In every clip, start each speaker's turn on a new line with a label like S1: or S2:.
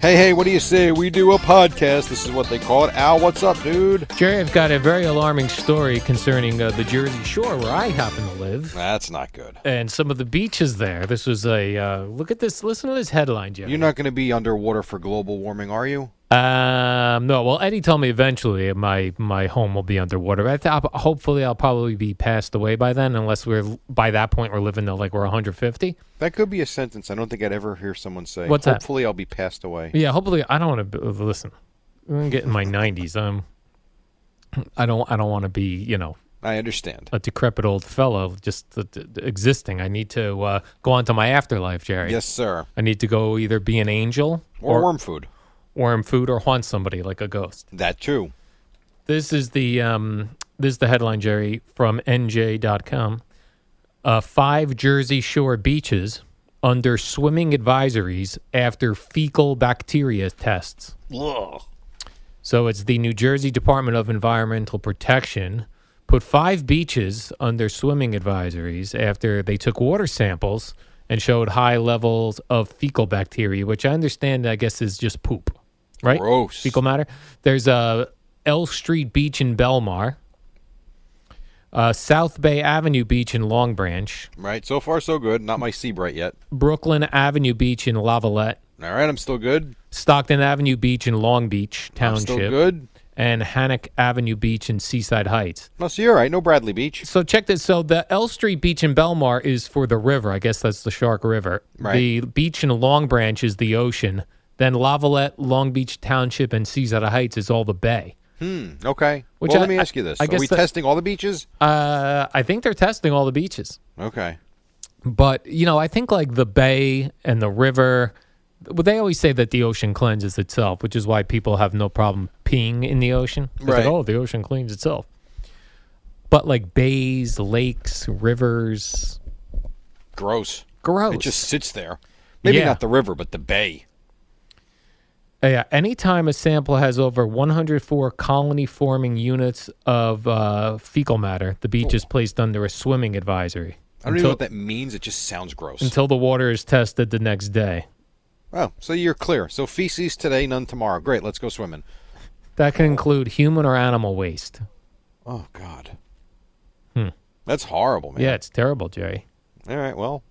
S1: Hey, hey, what do you say? We do a podcast. This is what they call it. Al, what's up, dude?
S2: Jerry, I've got a very alarming story concerning uh, the Jersey Shore, where I happen to live,
S1: That's not good.
S2: and some of the beaches there. This was a uh, look at this. Listen to this headline, Jerry.
S1: You're not going to be underwater for global warming, are you?
S2: um, no. Well, Eddie told me eventually my my home will be underwater. I th- hopefully I'll probably be passed away by then, unless we're by that point we're living to like we're 150.
S1: That could be a sentence I don't think I'd ever hear someone say.
S2: What's that?
S1: Hopefully, I'll be passed away.
S2: Yeah, hopefully I don't want to listen. I'm getting my 90s. Um, I don't I don't want to be you know
S1: I understand.
S2: a decrepit old fellow just th- th- existing. I need to uh, go on to my afterlife, Jerry.
S1: Yes, sir.
S2: I need to go either be an angel
S1: Or, worm food.
S2: worm food or haunt somebody like a ghost.
S1: That too.
S2: This is the um, this is the headline, Jerry, from NJ.com. Uh, five Jersey Shore beaches under swimming advisories after fecal bacteria tests. So it's the New Jersey Department of Environmental Protection put five beaches under swimming advisories after they took water samples and showed high levels of fecal bacteria, which I understand, I guess, is just poop, right?
S1: Gross.
S2: Fecal matter. There's uh, L Street Beach in Belmar, uh, South Bay Avenue Beach in Long Branch,
S1: Right. So far, so good. Not my sea bright yet.
S2: Brooklyn Avenue Beach in Lavalette,
S1: All right. I'm still good.
S2: Stockton Avenue Beach in Long Beach
S1: I'm
S2: Township.
S1: still good.
S2: and Hannock Avenue Beach in Seaside Heights.
S1: No, so you're all right. No Bradley Beach.
S2: So check this. So the L Street Beach in Belmar is for the river. I guess that's the Shark River.
S1: Right.
S2: The beach in Long Branch is the ocean. Then Lavalette, Long Beach Township, and Seaside Heights is all the bay.
S1: Okay.
S2: Which
S1: well,
S2: I-
S1: let me
S2: I-
S1: ask you this.
S2: I
S1: Are
S2: guess
S1: we
S2: the-
S1: testing all the beaches?
S2: Uh, I think they're testing all the beaches.
S1: Okay.
S2: But, you know, I think like the bay and the river, well, they always say that the ocean cleanses itself, which is why people have no problem peeing in the ocean. It's like,
S1: Right.
S2: oh, the ocean cleans itself. But like bays, lakes, rivers,
S1: Gross.
S2: gross.
S1: It just sits there. Maybe
S2: Yeah.
S1: not the river, but the bay.
S2: Uh, yeah, anytime a sample has over 104 colony forming units of uh, fecal matter, the beach is placed under a swimming advisory
S1: Oh. I don't even know what that means. It just sounds gross.
S2: until the water is tested the next day.
S1: oh, so you're clear. So feces today, none tomorrow. Great. Let's go swimming.
S2: That can include human or animal waste.
S1: Oh God. Hmm. That's horrible, man.
S2: Yeah, it's terrible, Jerry.
S1: All right. Well,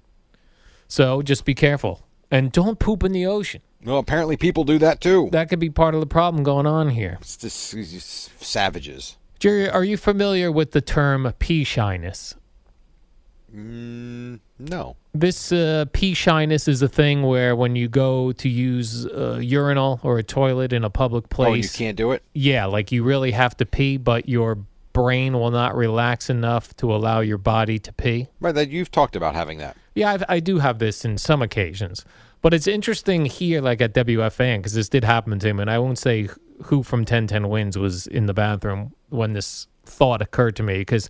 S2: So just be careful and don't poop in the ocean.
S1: no. Apparently, people do that too.
S2: That could be part of the problem going on here.
S1: It's just it's just savages.
S2: Jerry, are you familiar with the term pea shyness?
S1: No.
S2: This uh, pea shyness is a thing where when you go to use a urinal or a toilet in a public place,
S1: Oh, you can't do it.
S2: Yeah, like you really have to pee, but your brain will not relax enough to allow your body to pee.
S1: Right. That you've talked about having that.
S2: Yeah, I've, I do have this in some occasions, but it's interesting here, like at WFAN, because this did happen to him, and I won't say who from 1010 Wins was in the bathroom when this thought occurred to me, because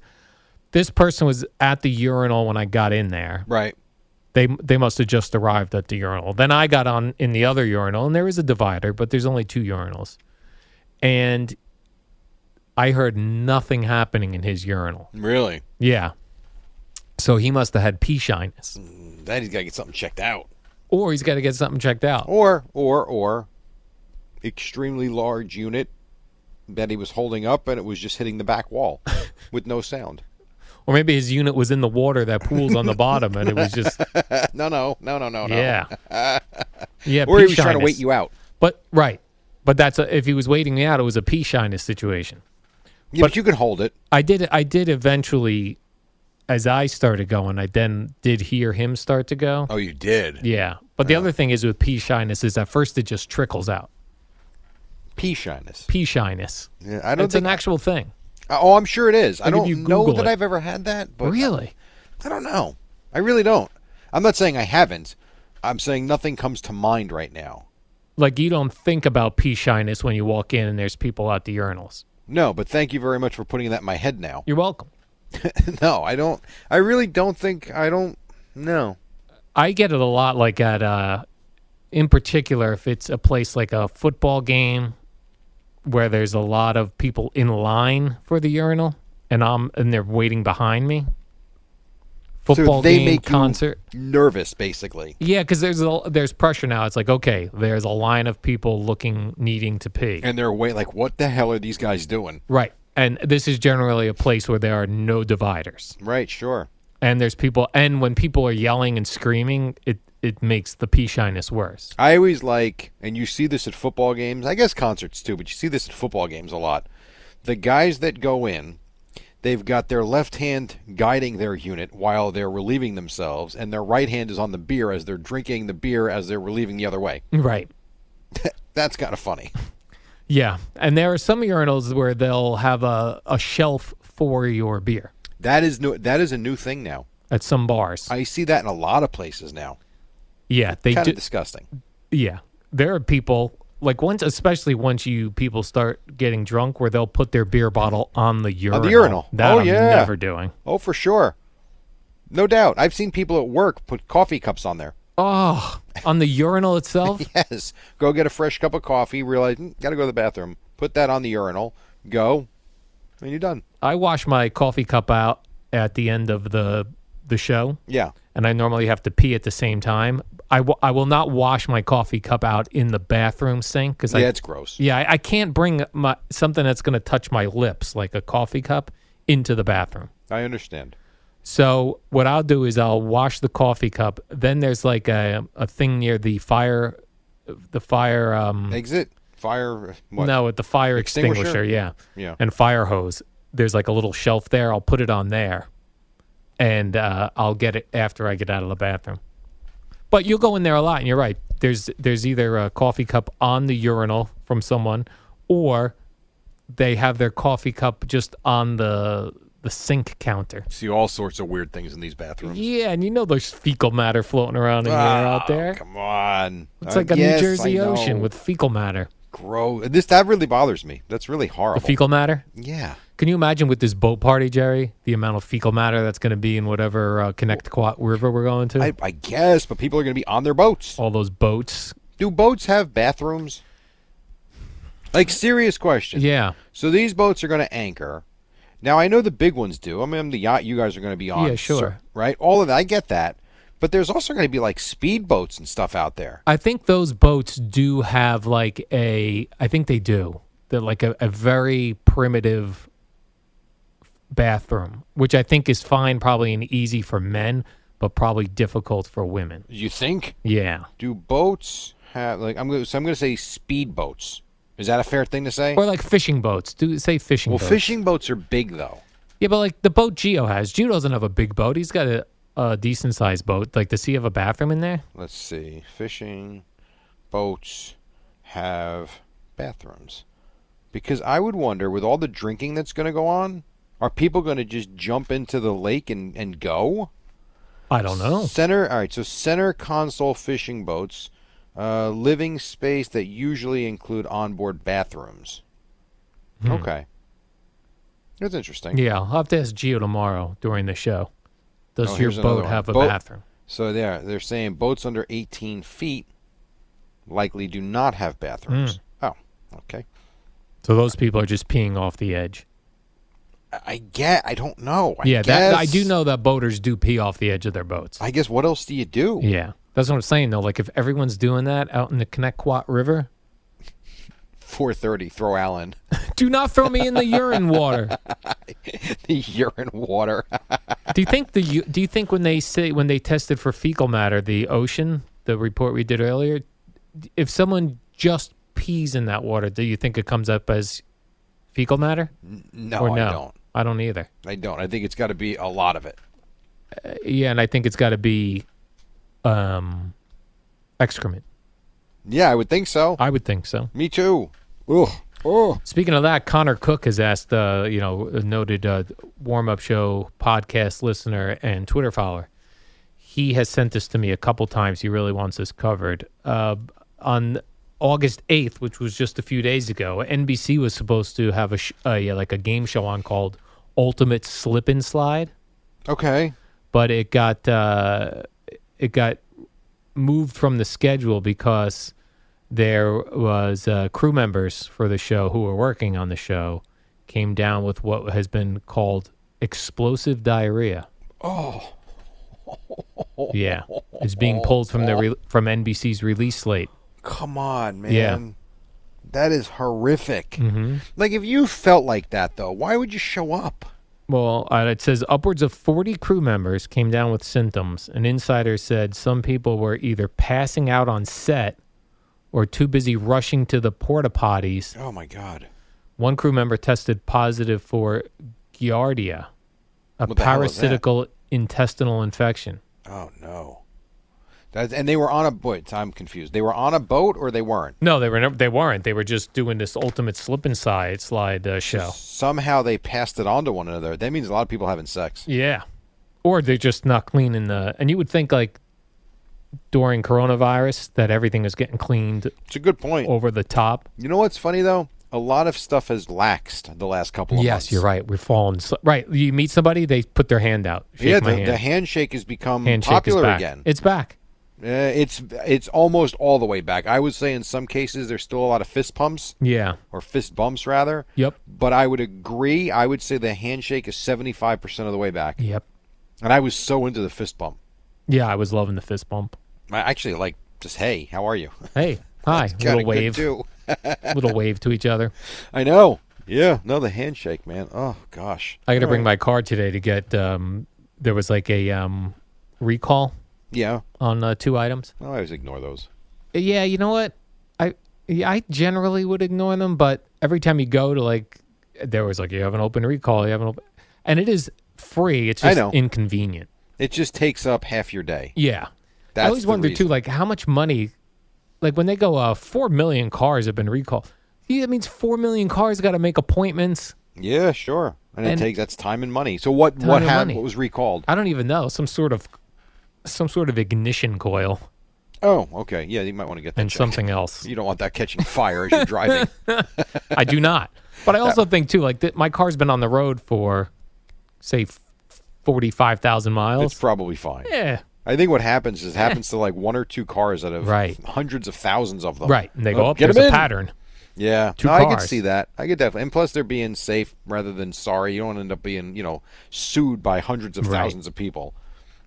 S2: this person was at the urinal when I got in there.
S1: Right.
S2: They they must have just arrived at the urinal. Then I got on in the other urinal, and there is a divider, but there's only two urinals, and I heard nothing happening in his urinal.
S1: Really.
S2: Yeah, So he must have had pea shyness,
S1: Then he's got to get something checked out.
S2: or he's got to get something checked out.
S1: Or, or, or, extremely large unit that he was holding up and it was just hitting the back wall with no sound.
S2: Or maybe his unit was in the water that pools on the bottom, and it was just
S1: No, no, no, no, no, no.
S2: yeah, yeah.
S1: Oh. Or
S2: pea
S1: he was trying to
S2: shyness.
S1: wait you out.
S2: But right, but that's a, if he was waiting me out, it was a pea shyness situation.
S1: Yeah, but, you can hold it.
S2: I did. I did eventually, as I started going, I then did hear him start to go.
S1: Oh, you did.
S2: Yeah, but the other thing is with pea shyness is at first it just trickles out.
S1: Pea shyness.
S2: Pea shyness.
S1: Yeah, I don't
S2: it's
S1: think.
S2: an actual thing.
S1: oh, I'm sure it is. I
S2: Like, if
S1: don't
S2: you
S1: know
S2: Google
S1: that
S2: it.
S1: I've ever had that. But
S2: Really?
S1: I don't know. I really don't. I'm not saying I haven't. I'm saying nothing comes to mind right now.
S2: Like you don't think about pea shyness when you walk in and there's people at the urinals.
S1: No, but thank you very much for putting that in my head now.
S2: You're welcome.
S1: no, I don't. I really don't think. I don't. No.
S2: I get it a lot like at uh in particular if it's a place like a football game where there's a lot of people in line for the urinal and I'm and they're waiting behind me. Football
S1: so they
S2: game
S1: make
S2: concert.
S1: you nervous, basically.
S2: Yeah, cuz there's a, there's pressure now. It's like okay, there's a line of people looking needing to pee.
S1: And they're way like, what the hell are these guys doing?
S2: right. And this is generally a place where there are no dividers.
S1: Right. Sure.
S2: And there's people and when people are yelling and screaming, it it makes the pee shyness worse.
S1: I always like, and you see this at football games, I guess concerts too, but you see this at football games a lot. The guys that go in, they've got their left hand guiding their unit while they're relieving themselves, and their right hand is on the beer as they're drinking the beer as they're relieving the other way.
S2: Right.
S1: That's kind of funny.
S2: Yeah, and there are some urinals where they'll have a, a shelf for your beer
S1: That is new. That is a new thing now.
S2: at some bars.
S1: I see that in a lot of places now.
S2: yeah, they
S1: Kind
S2: do.
S1: of disgusting.
S2: Yeah, there are people like once, especially once you people start getting drunk, where they'll put their beer bottle on the urinal.
S1: urinal.
S2: That
S1: Oh,
S2: I'm
S1: yeah.
S2: never doing.
S1: Oh, for sure. No doubt. I've seen people at work put coffee cups on there.
S2: Oh, on the urinal itself.
S1: Yes. Go get a fresh cup of coffee. Realize, "Mm, gotta go to the bathroom. Put that on the urinal. Go, and you're done.
S2: I wash my coffee cup out at the end of the the show,
S1: Yeah.
S2: and I normally have to pee at the same time. I wa- I will not wash my coffee cup out in the bathroom sink because
S1: yeah,
S2: I
S1: it's gross.
S2: Yeah, I, I can't bring my something that's going to touch my lips, like a coffee cup, into the bathroom.
S1: I understand.
S2: So what I'll do is I'll wash the coffee cup. Then there's like a a thing near the fire, the fire. Um,
S1: Exit. Fire. What?
S2: no, at the fire
S1: Extinguisher?
S2: extinguisher. Yeah,
S1: Yeah.
S2: and fire hose. There's like a little shelf there. I'll put it on there, and uh, I'll get it after I get out of the bathroom. But you'll go in there a lot, and you're right. There's there's either a coffee cup on the urinal from someone, or they have their coffee cup just on the the sink counter.
S1: See all sorts of weird things in these bathrooms.
S2: Yeah, and you know there's fecal matter floating around in the air out there.
S1: Ah, Come on.
S2: It's
S1: Uh,
S2: like a
S1: yes,
S2: New
S1: I
S2: Jersey
S1: know.
S2: ocean with fecal matter.
S1: gross. This that really bothers me. That's really
S2: The
S1: horrible.
S2: fecal matter.
S1: yeah.
S2: Can you imagine with this boat party, Jerry, the amount of fecal matter that's going to be in whatever uh, Connecticut River we're going to?
S1: I, I guess, but people are going to be on their boats.
S2: All those boats.
S1: Do boats have bathrooms? Like serious question.
S2: Yeah.
S1: So these boats are going to anchor. Now I know the big ones do. I mean, the yacht you guys are going to be on.
S2: Yeah, sure.
S1: so- right, all of that. I get that. But there's also going to be like speedboats and stuff out there.
S2: I think those boats do have like a, I think they do. They're like a, a very primitive bathroom, which I think is fine, probably and easy for men, but probably difficult for women.
S1: You think?
S2: Yeah.
S1: Do boats have like I'm going? So I'm going to say speedboats. Is that a fair thing to say?
S2: Or like fishing boats. Do say fishing
S1: well,
S2: boats.
S1: fishing boats are big though.
S2: Yeah, but like the boat Geo has. Geo doesn't have a big boat. He's got a, a decent sized boat. Like, does he have a bathroom in there?
S1: Let's see. Fishing boats have bathrooms. Because I would wonder, with all the drinking that's going to go on, are people going to just jump into the lake and, and go?
S2: I don't know.
S1: Center. All right. So center console fishing boats, uh, living space that usually include onboard bathrooms. Okay. That's interesting.
S2: Hmm. Yeah, I'll have to ask Geo tomorrow during the show. Does
S1: Oh,
S2: your
S1: here's another
S2: boat
S1: one.
S2: have a
S1: Boat-
S2: bathroom?
S1: So there, they're saying boats under 18 feet likely do not have
S2: Hmm.
S1: bathrooms. Oh, okay.
S2: So those people are just peeing off the edge.
S1: I get. I don't know. I
S2: yeah, that I
S1: guess-
S2: do know that boaters do pee off the edge of their boats.
S1: I guess what else do you do?
S2: yeah, that's what I'm saying though. Like if everyone's doing that out in the Connecticut River,
S1: Four thirty. Throw Allen
S2: do not throw me in the urine water.
S1: the urine water.
S2: Do you think the u- do you think when they say when they tested for fecal matter, the ocean, the report we did earlier, if someone just pees in that water, do you think it comes up as fecal matter?
S1: No,
S2: or no?
S1: Oh, I don't.
S2: I don't either.
S1: I don't. I think it's got to be a lot of it.
S2: Yeah, and I think it's got to be um, excrement.
S1: Yeah, I would think so.
S2: I would think so.
S1: Me too. Ugh. Oh.
S2: Speaking of that, Connor Cook has asked, uh, you know, a noted uh, warm up show podcast listener and Twitter follower. He has sent this to me a couple times. He really wants this covered. Uh, on August 8th, which was just a few days ago, NBC was supposed to have a, sh- uh, yeah, like a game show on called Ultimate Slip and Slide
S1: Okay.
S2: but it got uh, it got moved from the schedule because there was uh, crew members for the show who were working on the show came down with what has been called explosive diarrhea. Oh. Yeah, it's being pulled from the re- from NBC's release slate.
S1: Come on, man.
S2: Yeah. Mm-hmm.
S1: That is horrific. Like, if you felt like that, though, why would you show up?
S2: Well, uh, it says upwards of 40 crew members came down with symptoms. An insider said some people were either passing out on set or too busy rushing to the porta potties.
S1: Oh, my God.
S2: One crew member tested positive for Giardia, a
S1: What the hell is that?
S2: parasitical intestinal infection.
S1: Oh, no. That, and they were on a boat. I'm confused. They were on a boat or they weren't?
S2: No, they were never, they weren't. They were just doing this ultimate slip and slide slide uh, show.
S1: Somehow they passed it on to one another. That means a lot of people having sex.
S2: Yeah. Or they're just not cleaning the. And you would think, like, during coronavirus, that everything is getting cleaned
S1: It's a good point.
S2: over the top.
S1: You know what's funny, though? A lot of stuff has laxed the last couple of months.
S2: Yes, you're right. We're falling. sl- right. You meet somebody, they put their hand out. Shake
S1: yeah,
S2: my
S1: the,
S2: hand.
S1: the handshake has become
S2: Handshake
S1: popular
S2: is back.
S1: again.
S2: It's back.
S1: Uh, it's it's almost all the way back. I would say in some cases there's still a lot of fist pumps
S2: Yeah.
S1: or fist bumps rather.
S2: Yep.
S1: But I would agree. I would say the handshake is 75% of the way back.
S2: Yep.
S1: And I was so into the fist bump.
S2: Yeah, I was loving the fist bump.
S1: I actually like just hey, how are you?
S2: Hey, hi.
S1: Kinda
S2: little
S1: good,
S2: wave.
S1: too.
S2: little wave to each other.
S1: I know. Yeah, no the handshake, man. Oh gosh.
S2: I got to bring my car today to get. Um, there was like a um, recall
S1: Yeah.
S2: on uh, two items.
S1: No, I always ignore those.
S2: Yeah, you know what? I yeah, I generally would ignore them, but every time you go to like, there was like you have an open recall, you have an open, and it is free. It's
S1: I
S2: just
S1: know.
S2: inconvenient.
S1: It just takes up half your day.
S2: Yeah. I
S1: That's
S2: always
S1: the
S2: wonder
S1: reason.
S2: too, like how much money, like when they go, uh, four million cars have been recalled. See, that means four million cars got to make appointments.
S1: Yeah, sure. And,
S2: And-
S1: it takes that's time and money. So what
S2: Time
S1: what
S2: and
S1: had
S2: money.
S1: what was recalled?
S2: I don't even know some sort of, some sort of ignition coil
S1: Oh, okay. Yeah, you might want to get that
S2: and
S1: checked.
S2: something else.
S1: You don't want that catching fire as you're driving.
S2: I do not. But I also think too, like that my car's been on the road for, say, forty-five thousand
S1: That's
S2: miles.
S1: probably fine.
S2: yeah.
S1: I think what happens is happens to like one or two cars out of
S2: Right.
S1: hundreds of thousands of them.
S2: Right. And they go
S1: Oh,
S2: up.
S1: get
S2: There's
S1: 'em
S2: a
S1: in.
S2: pattern.
S1: Yeah.
S2: Two
S1: no, I
S2: cars.
S1: could see that. I could definitely. And plus, they're being safe rather than sorry. You don't end up being you know sued by hundreds of
S2: Right.
S1: thousands of people.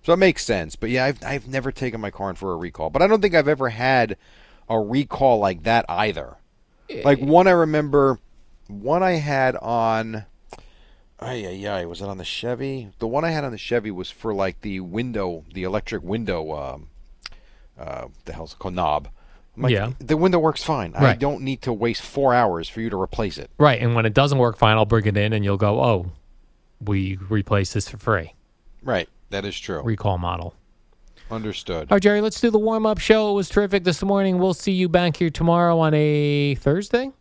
S1: So it makes sense. But yeah, I've I've never taken my car in for a recall. But I don't think I've ever had a recall like that either. Like one I remember, one I had on. Ay, ay, ay. Was it on the Chevy? The one I had on the Chevy was for like the window, the electric window, um, uh, the hell's it called? Knob. I'm like,
S2: Yeah.
S1: The window works fine. I
S2: Right.
S1: don't need to waste four hours for you to replace it.
S2: Right. And when it doesn't work fine, I'll bring it in, and you'll go, "Oh, we replace this for free."
S1: Right. That is true.
S2: Recall model.
S1: Understood.
S2: All right, Jerry, let's do the warm up show. It was terrific this morning. We'll see you back here tomorrow on a Thursday?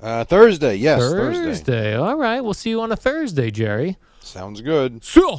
S1: Uh, Thursday. Yes. Thursday.
S2: All right. We'll see you on a Thursday, Jerry.
S1: Sounds good.
S2: See ya.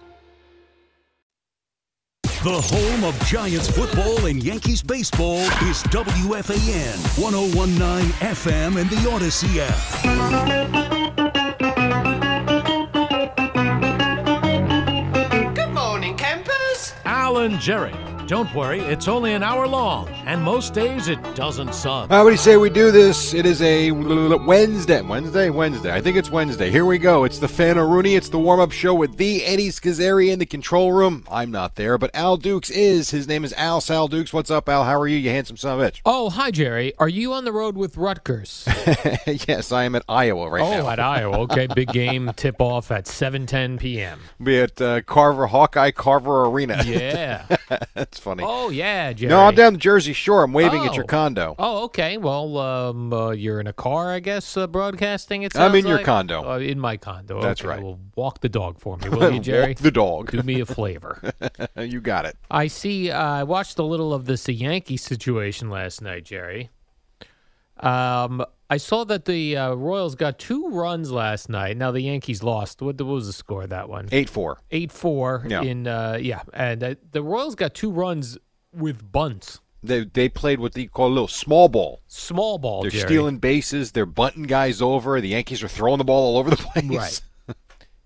S3: The home of Giants football and Yankees baseball is WFAN 1019 FM and the Odyssey app.
S4: Good morning, campers.
S5: Alan Jerry. Don't worry, it's only an hour long, and most days it doesn't suck.
S1: How do you say we do this? It is a Wednesday, Wednesday, Wednesday. I think it's Wednesday. Here we go. It's the Fan Rooney. It's the warm-up show with the Eddie Schizzeri in the control room. I'm not there, but Al Dukes is. His name is Al Sal Dukes. What's up, Al? How are you? You handsome son of a
S2: Oh, hi, Jerry. Are you on the road with Rutgers?
S1: bitch. yes, I am at Iowa right
S2: oh,
S1: now.
S2: at Iowa. Okay, big game tip off at 7:10 p.m.
S1: Be at uh, Carver Hawkeye Carver Arena.
S2: Yeah.
S1: That's funny.
S2: Oh, yeah, Jerry.
S1: no, I'm down the Jersey Shore. I'm waving at your
S2: Oh.
S1: condo.
S2: Oh, okay. Well, um, uh, you're in a car, I guess, uh, broadcasting. It
S1: I'm in
S2: sounds
S1: your
S2: like?
S1: condo.
S2: Uh, in my condo.
S1: That's
S2: Okay,
S1: right.
S2: Well, walk the dog for me, will Oh, you, Jerry?
S1: Walk the dog.
S2: Do me a favor.
S1: you got it.
S2: I see. Uh, I watched a little of this Yankee situation last night, Jerry. Um, I saw that the uh, Royals got two runs last night. Now the Yankees lost. What, what was the score of that one?
S1: Eight four.
S2: Eight four.
S1: Yeah.
S2: In uh, yeah, and uh, the Royals got two runs with bunts,
S1: They they played what they call a little small ball.
S2: small ball.
S1: They're
S2: Oh, Jerry.
S1: stealing bases. They're bunting guys over. The Yankees are throwing the ball all over the place.
S2: Right.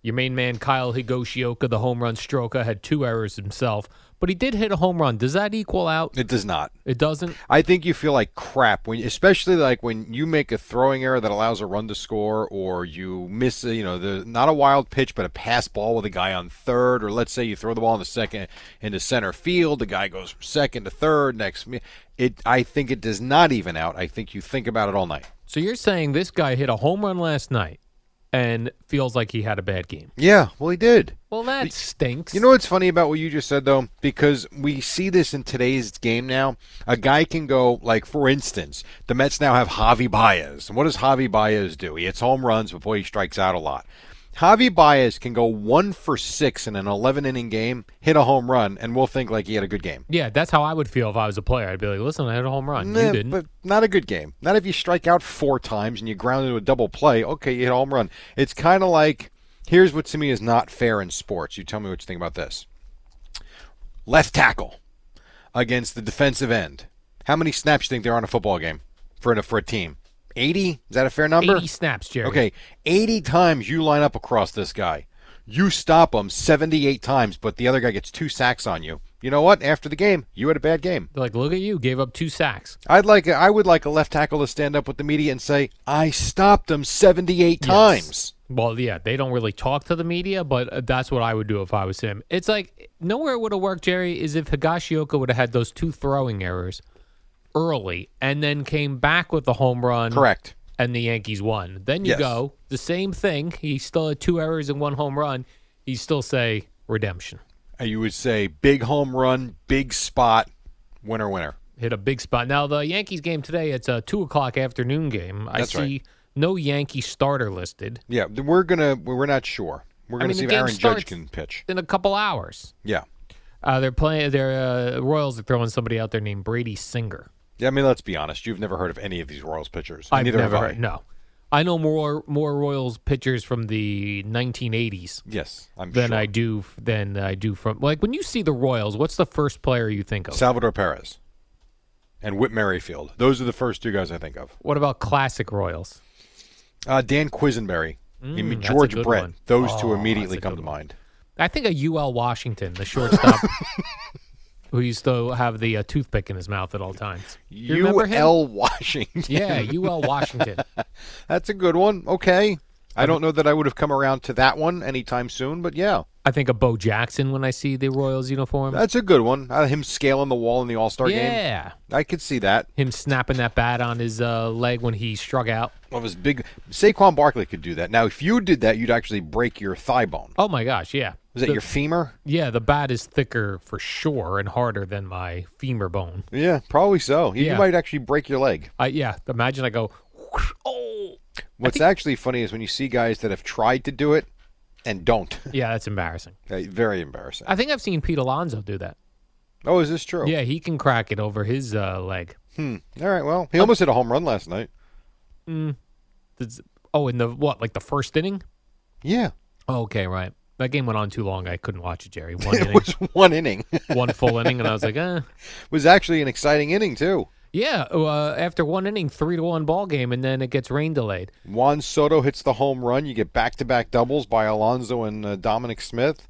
S2: Your main man Kyle Higoshioka, the home run stroker, had two errors himself, but he did hit a home run. Does that equal out?
S1: It does not.
S2: It doesn't.
S1: I think you feel like crap when, especially like when you make a throwing error that allows a run to score, or you miss, you know, the not a wild pitch, but a pass ball with a guy on third, or let's say you throw the ball in the second into center field, the guy goes from second to third. Next, me- it I think it does not even out. I think you think about it all night.
S2: So you're saying this guy hit a home run last night and feels like he had a bad game?
S1: Yeah, well, he did.
S2: Well, that stinks.
S1: You know what's funny about what you just said, though? Because we see this in today's game now. A guy can go, like, for instance, the Mets now have Javi Baez. And what does Javi Baez do? He hits home runs, but boy, he strikes out a lot. Javi Baez can go one for six in an 11 inning game, hit a home run, and we'll think like he had a good game.
S2: Yeah, that's how I would feel if I was a player. I'd be like, "Listen, I hit a home run.
S1: Nah,
S2: you didn't."
S1: Eh, But not a good game. Not if you strike out four times and you ground into a double play. Okay, you hit a home run. It's kind of like here's what to me is not fair in sports. You tell me what you think about this. Left tackle against the defensive end. How many snaps do you think there are in a football game for a, for a team? 80? Is that a fair number?
S2: Eighty snaps, Jerry.
S1: Okay, 80 times you line up across this guy. You stop him 78 times, but the other guy gets two sacks on you. You know what? After the game, you had a bad game.
S2: They're like, look at you, gave up two sacks.
S1: I'd like I would like a left tackle to stand up with the media and say, "I stopped him 78 times."
S2: Well, yeah, they don't really talk to the media, but uh, that's what I would do if I was him. It's like nowhere it would have worked, Jerry, is if Higashioka would have had those two throwing errors early and then came back with the home run.
S1: Correct.
S2: And the Yankees won. Then you
S1: Yes.
S2: go the same thing. He still had two errors and one home run. He still say redemption.
S1: And you would say, "Big home run, big spot, winner, winner."
S2: hit a big spot. Now the Yankees game today, it's a two o'clock afternoon game. I
S1: That's
S2: see
S1: right.
S2: no Yankee starter listed
S1: Yeah, th- we're gonna we're not sure. We're
S2: I
S1: gonna
S2: mean, the
S1: see if
S2: game
S1: Aaron
S2: starts-
S1: Judge can pitch.
S2: in a couple hours.
S1: Yeah,
S2: Uh, they're playing. Their uh, Royals are throwing somebody out there named Brady Singer.
S1: yeah. I mean, let's be honest. You've never heard of any of these Royals pitchers.
S2: I've
S1: Neither
S2: never
S1: have I.
S2: heard. No, I know more more Royals pitchers from the 1980s
S1: Yes, I'm
S2: than
S1: sure.
S2: I do than I do from like when you see the Royals. What's the first player you think of?
S1: Salvador Perez and Whit Merrifield. Those are the first two guys I think of.
S2: what about classic Royals?
S1: Uh, Dan Quisenberry,
S2: Mm, that's a
S1: George
S2: good
S1: Brett.
S2: one.
S1: Those
S2: Oh,
S1: two immediately
S2: that's a
S1: come
S2: good
S1: to
S2: one.
S1: mind.
S2: I think a UL Washington, the shortstop who used to have the uh, toothpick in his mouth at all times. You remember him?
S1: UL Washington.
S2: Yeah, UL Washington.
S1: That's a good one. Okay. I don't know that I would have come around to that one anytime soon, but yeah,
S2: I think of Bo Jackson when I see the Royals uniform.
S1: that's a good one. Uh, him scaling the wall in the All Star game.
S2: yeah.
S1: I could see that.
S2: Him snapping that bat on his uh, leg when he struck out.
S1: What was big? Saquon Barkley could do that. Now, if you did that, you'd actually break your thigh bone.
S2: Oh my gosh, yeah.
S1: Was that
S2: The-
S1: your femur?
S2: Yeah, the bat is thicker for sure and harder than my femur bone.
S1: Yeah, probably so. You, you
S2: Yeah.
S1: might actually break your leg.
S2: I yeah, imagine I go. oh.
S1: What's actually funny is when you see guys that have tried to do it and don't.
S2: Yeah, that's embarrassing.
S1: Uh, Very embarrassing.
S2: I think I've seen Pete Alonso do that.
S1: Oh, is this true?
S2: Yeah, he can crack it over his uh, leg.
S1: Hmm. All right. Well, he almost hit a home run last night.
S2: Mm. Does- Oh, in the what? Like the first inning?
S1: Yeah.
S2: Oh, okay, right. That game went on too long. I couldn't watch it, Jerry. One
S1: it
S2: inning,
S1: was one inning.
S2: one full inning, and I was like, eh.
S1: was actually an exciting inning too.
S2: Yeah, uh, after one inning, three to one ball game, and then it gets rain delayed.
S1: Juan Soto hits the home run. You get back-to-back doubles by Alonzo and uh, Dominic Smith,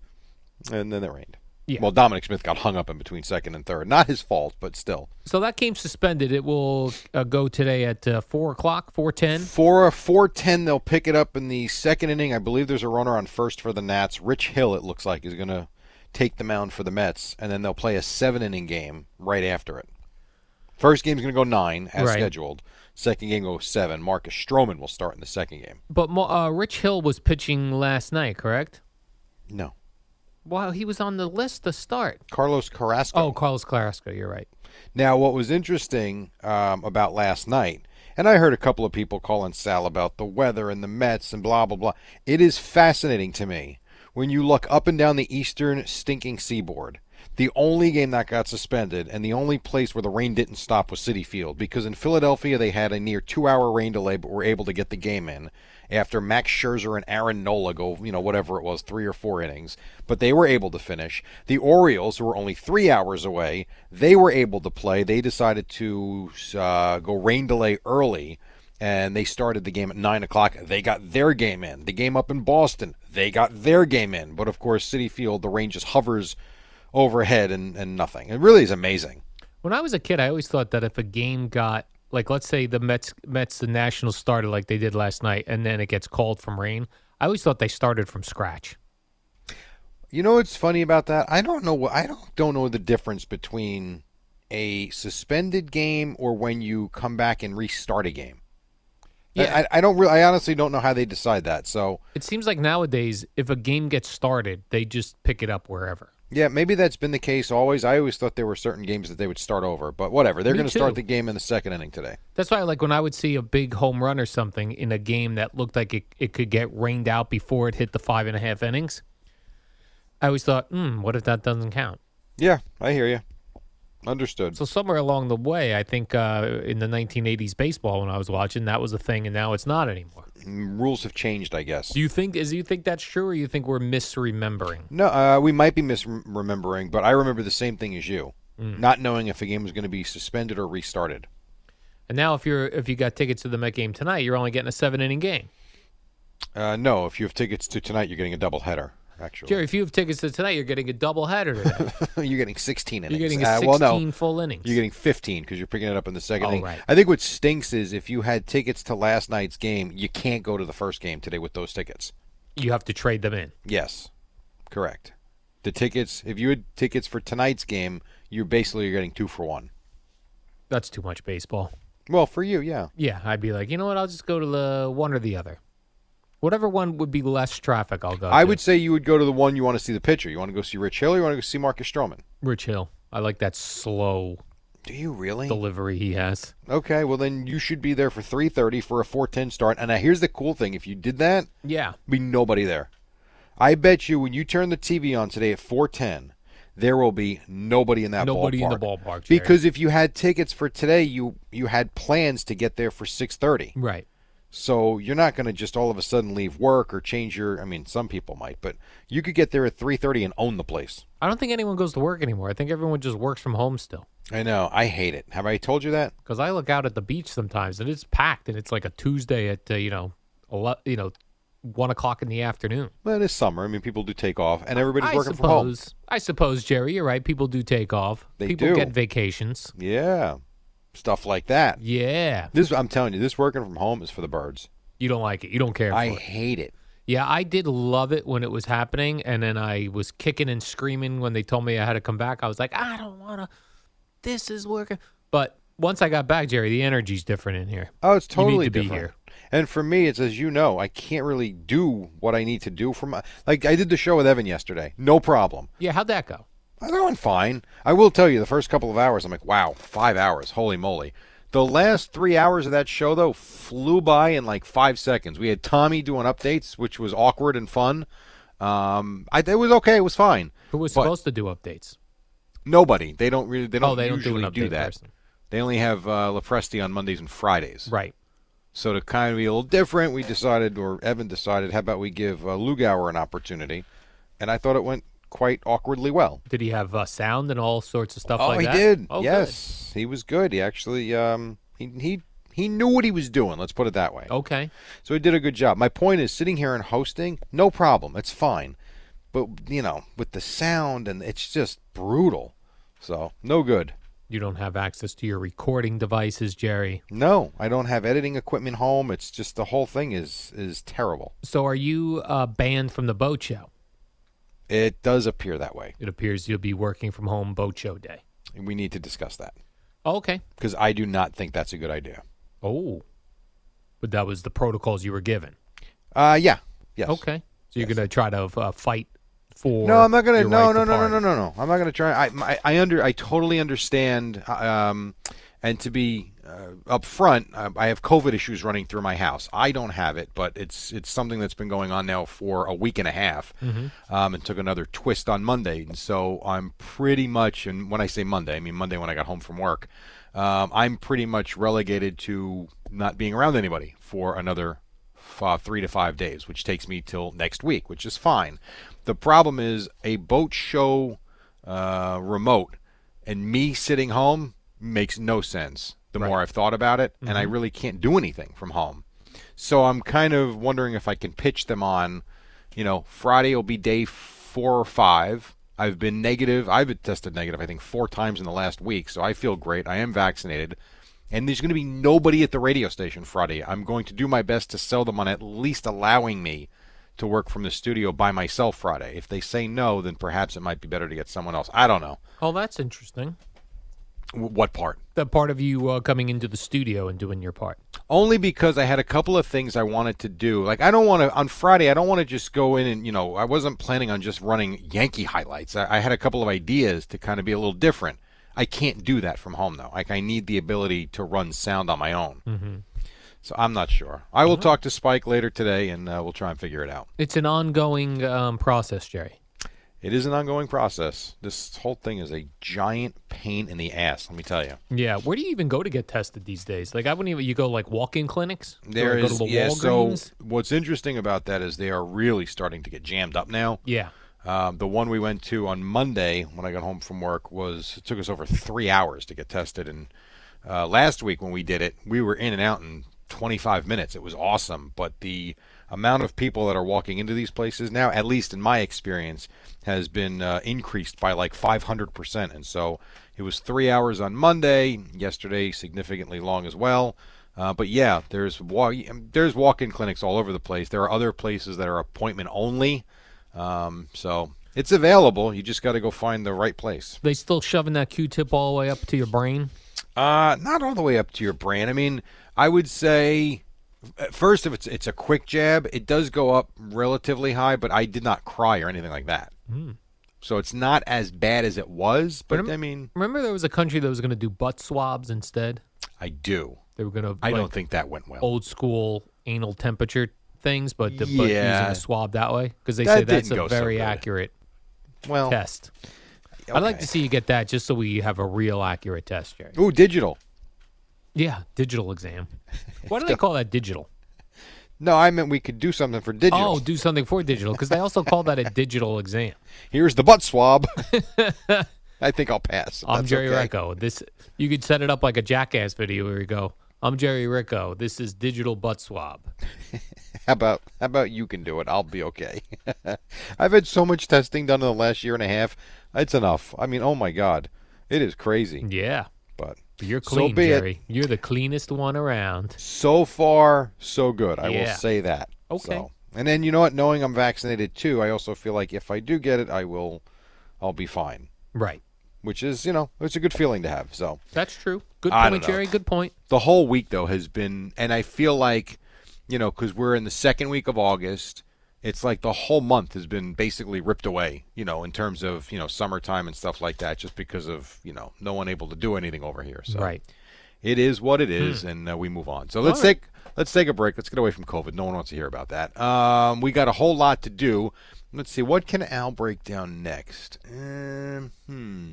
S1: and then it rained.
S2: Yeah.
S1: Well, Dominic Smith got hung up in between second and third. Not his fault, but still.
S2: So that game suspended. It will uh, go today at uh, four o'clock, four ten.
S1: For a 410, uh, they'll pick it up in the second inning. I believe there's a runner on first for the Nats. Rich Hill, it looks like, is going to take the mound for the Mets, and then they'll play a seven inning game right after it. First game's going to go nine as
S2: Right.
S1: scheduled. Second game goes seven. Marcus Stroman will start in the second game.
S2: But Mo- uh, Rich Hill was pitching last night, correct?
S1: No.
S2: Wow, he was on the list to start.
S1: Carlos Carrasco.
S2: Oh, Carlos Carrasco, you're right.
S1: Now, what was interesting um, about last night, and I heard a couple of people calling Sal about the weather and the Mets and blah, blah, blah. It is fascinating to me when you look up and down the eastern stinking seaboard. The only game that got suspended and the only place where the rain didn't stop was City Field because in Philadelphia they had a near two hour rain delay but were able to get the game in after Max Scherzer and Aaron Nola go, you know, whatever it was, three or four innings, but they were able to finish. The Orioles, who were only three hours away, they were able to play. They decided to uh, go rain delay early, and they started the game at nine o'clock. They got their game in. The game up in Boston, they got their game in. But of course, City Field, the rain just hovers overhead and, and nothing. It really is amazing.
S2: When I was a kid, I always thought that if a game got like, let's say the Mets, Mets, the Nationals started like they did last night, and then it gets called from rain. I always thought they started from scratch.
S1: You know what's funny about that? I don't know what I don't don't know the difference between a suspended game or when you come back and restart a game. Yeah. I, I don't really I honestly don't know how they decide that. So
S2: It seems like nowadays, if a game gets started, they just pick it up wherever.
S1: yeah, maybe that's been the case always. I always thought there were certain games that they would start over, but whatever. They're
S2: Me
S1: going to start
S2: too.
S1: the game in the second inning today.
S2: That's why, like, when I would see a big home run or something in a game that looked like it, it could get rained out before it hit the five and a half innings, I always thought, hmm, what if that doesn't count?
S1: Yeah, I hear you. Understood.
S2: So, somewhere along the way, I think uh, in the 1980s baseball when I was watching, that was a thing, and now it's not anymore.
S1: Mm, Rules have changed, I guess.
S2: Do you think is you think that's true, or you think we're misremembering?
S1: No, uh, we might be misremembering, but I remember the same thing as you.
S2: Mm.
S1: Not knowing if a game was going to be suspended or restarted.
S2: And now, if you're if you got tickets to the Met game tonight, you're only getting a seven inning game.
S1: Uh, no, if you have tickets to tonight, you're getting a double header. Actually,
S2: Jerry, if you have tickets to tonight, you're getting a double header. Today.
S1: you're getting 16 innings.
S2: you're getting a
S1: Uh,
S2: 16
S1: well, no,
S2: full innings.
S1: you're getting 15 because you're picking it up in the second
S2: Oh,
S1: inning.
S2: right.
S1: I think what stinks is if you had tickets to last night's game, you can't go to the first game today with those tickets.
S2: You have to trade them in.
S1: Yes, correct. The tickets, if you had tickets for tonight's game, you're basically getting two for one.
S2: That's too much baseball.
S1: Well, for you, yeah.
S2: Yeah, I'd be like, you know what? I'll just go to the one or the other. Whatever one would be less traffic, I'll go.
S1: I
S2: to.
S1: would say you would go to the one you want to see the pitcher. You want to go see Rich Hill or you want to go see Marcus Stroman?
S2: Rich Hill. I like that slow
S1: Do you really?
S2: delivery he has.
S1: Okay, well then you should be there for 3:30 for a 4:10 start. And now here's the cool thing: if you did that,
S2: Yeah.
S1: be nobody there. I bet you when you turn the TV on today at 4:10, there will be nobody in that
S2: Nobody
S1: ballpark.
S2: in the ballpark, Jerry.
S1: Because if you had tickets for today, you you had plans to get there for 6:30.
S2: Right.
S1: So you're not going to just all of a sudden leave work or change your. I mean, some people might, but you could get there at 3:30 and own the place.
S2: I don't think anyone goes to work anymore. I think everyone just works from home still.
S1: I know. I hate it. Have I told you that?
S2: Because I look out at the beach sometimes and it's packed, and it's like a Tuesday at uh, you know, ele- you know, one o'clock in the afternoon.
S1: Well, it is summer. I mean, people do take off, and everybody's
S2: I
S1: working
S2: suppose.
S1: from home.
S2: I suppose, Jerry, you're right. People do take off.
S1: They
S2: People
S1: do.
S2: get vacations.
S1: Yeah, stuff like that.
S2: Yeah.
S1: This I'm telling you, this working from home is for the birds.
S2: You don't like it. You don't care.
S1: I
S2: for it.
S1: hate it.
S2: Yeah, I did love it when it was happening, and then I was kicking and screaming when they told me I had to come back. I was like, I don't want to. This is working. But once I got back, Jerry, the energy's different in here.
S1: Oh, it's
S2: You need
S1: totally
S2: to be
S1: different.
S2: here.
S1: And for me, it's as you know, I can't really do what I need to do for my. Like I did the show with Evan yesterday, no problem.
S2: Yeah, how'd that go?
S1: I went fine. I will tell you, the first couple of hours, I'm like, wow, five hours, holy moly. The last three hours of that show, though, flew by in like five seconds. We had Tommy doing updates, which was awkward and fun. Um, I, it was okay. It was fine.
S2: Who was
S1: But-
S2: supposed to do updates?
S1: Nobody. They don't really. They don't.
S2: Oh, they don't do
S1: usually
S2: an update
S1: that.
S2: person.
S1: They only have uh, Lepresti on Mondays and Fridays.
S2: Right.
S1: So to kind of be a little different, we decided, or Evan decided, how about we give uh, Lugauer an opportunity? And I thought it went quite awkwardly well.
S2: Did he have uh, sound and all sorts of stuff
S1: oh,
S2: like
S1: he
S2: that?
S1: did.
S2: Oh, good.
S1: yes, he was good. He actually, um, he he he knew what he was doing. Let's put it that way.
S2: Okay.
S1: So he did a good job. My point is, sitting here and hosting, no problem. It's fine. But you know, with the sound and it's just brutal. So no good.
S2: You don't have access to your recording devices, Jerry.
S1: No, I don't have editing equipment home. It's just the whole thing is is terrible.
S2: So are you uh, banned from the boat show?
S1: It does appear that way.
S2: It appears you'll be working from home boat show day.
S1: We need to discuss that
S2: Okay.
S1: because I do not think that's a good idea.
S2: Oh. But that was the protocols you were given.
S1: Uh, yeah, yes.
S2: Okay. So you're going to try to uh, fight for
S1: No, I'm not gonna.
S2: your
S1: No,
S2: right
S1: no,
S2: to
S1: no, no,
S2: party.
S1: no, no, no. I'm not gonna try. I, I, I under. I totally understand. Um, and to be uh, upfront, uh, I have COVID issues running through my house. I don't have it, but it's it's something that's been going on now for a week and a half,
S6: Mhm.
S2: Mm-hmm.
S1: um, and took another twist on Monday. And so I'm pretty much, and when I say Monday, I mean Monday when I got home from work. Um, I'm pretty much relegated to not being around anybody for another f- uh, three to five days, which takes me till next week, which is fine. The problem is a boat show uh, remote and me sitting home makes no sense. The more I've thought about it, and I
S6: Mhm.
S1: really can't do anything from home. So I'm kind of wondering if I can pitch them on, you know, Friday will be day four or five. I've been negative. I've been tested negative, I think, four times in the last week. So I feel great. I am vaccinated. And there's going to be nobody at the radio station Friday. I'm going to do my best to sell them on at least allowing me to work from the studio by myself Friday. If they say no, then perhaps it might be better to get someone else. I don't know.
S2: Oh, that's interesting.
S1: W- what part?
S2: That part of you uh, coming into the studio and doing your part.
S1: only because I had a couple of things I wanted to do. Like I don't want to on Friday. I don't want to just go in and you know I wasn't planning on just running Yankee highlights. I, I had a couple of ideas to kind of be a little different. I can't do that from home though. Like I need the ability to run sound on my own.
S2: Mm-hmm.
S1: So I'm not sure. I will talk to Spike later today and uh, we'll try and figure it out.
S2: It's an ongoing um, process, Jerry.
S1: It is an ongoing process. This whole thing is a giant pain in the ass. Let me tell you.
S2: Yeah, where do you even go to get tested these days? Like, I wouldn't even. You go like walk-in clinics. You
S1: There
S2: go
S1: is
S2: to the
S1: yeah.
S2: Walgreens?
S1: So what's interesting about that is they are really starting to get jammed up now.
S2: Yeah.
S1: Um, the one we went to on Monday when I got home from work was it took us over three hours to get tested, and uh, last week when we did it, we were in and out in 25 minutes. It was awesome, but the amount of people that are walking into these places now, at least in my experience, has been uh, increased by like 500%. And so it was three hours on Monday, yesterday significantly long as well. Uh, but yeah, there's wa- there's walk-in clinics all over the place. There are other places that are appointment only. Um, so it's available. You just got to go find the right place.
S2: They still shoving that Q-tip all the way up to your brain.
S1: Uh, not all the way up to your brain. I mean, I would say at first if it's it's a quick jab, it does go up relatively high, but I did not cry or anything like that.
S2: Hmm.
S1: So it's not as bad as it was, but I mean,
S2: Remember, there was a country that was going to do butt swabs instead.
S1: I do.
S2: They were going to.
S1: I don't think that went well.
S2: Old school anal temperature things, but the butt using
S1: Yeah.
S2: a swab that way because they
S1: That
S2: say that's
S1: didn't
S2: a
S1: go so
S2: very
S1: good.
S2: accurate
S1: well
S2: test. I'd like to see you get that just so we have a real accurate test, Jerry.
S1: Ooh, digital.
S2: Yeah, digital exam. Why do they call that digital?
S1: No, I meant we could do something for digital.
S2: Oh, do something for digital because they also call that a digital exam.
S1: Here's the butt swab. I think I'll pass. if
S2: I'm
S1: that's
S2: Jerry
S1: okay.
S2: Rico. This you could set it up like a jackass video where you go, "I'm Jerry Rico. This is digital butt swab."
S1: How about how about you can do it? I'll be okay. I've had so much testing done in the last year and a half. It's enough. I mean, oh my god, it is crazy.
S2: Yeah,
S1: but
S2: you're
S1: So
S2: clean,
S1: be it.
S2: Jerry. You're the cleanest one around.
S1: so far so good. I will
S2: Yeah.
S1: say that.
S2: Okay.
S1: So- and then you know what? Knowing I'm vaccinated too, I also feel like if I do get it, I will, I'll be fine.
S2: Right.
S1: Which is you know it's a good feeling to have. So
S2: That's true. Good
S1: I
S2: point,
S1: don't know.
S2: Jerry. Good point.
S1: the whole week though has been and i feel like you know, because we're in the second week of August. It's like the whole month has been basically ripped away, you know, in terms of you know summertime and stuff like that, just because of you know no one able to do anything over here. So
S2: Right.
S1: it is what it is, and uh, we move on. So let's
S2: Hmm. All right.
S1: take let's take a break. Let's get away from COVID. No one wants to hear about that. Um, we got a whole lot to do. Let's see what can Al break down next. Um, hmm.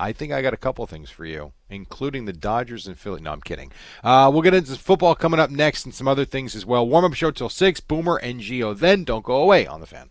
S1: I think I got a couple things for you, including the Dodgers and Philly. No, I'm kidding. Uh, we'll get into football coming up next and some other things as well. Warm up show till six. Boomer and Geo. Then don't go away on the fan.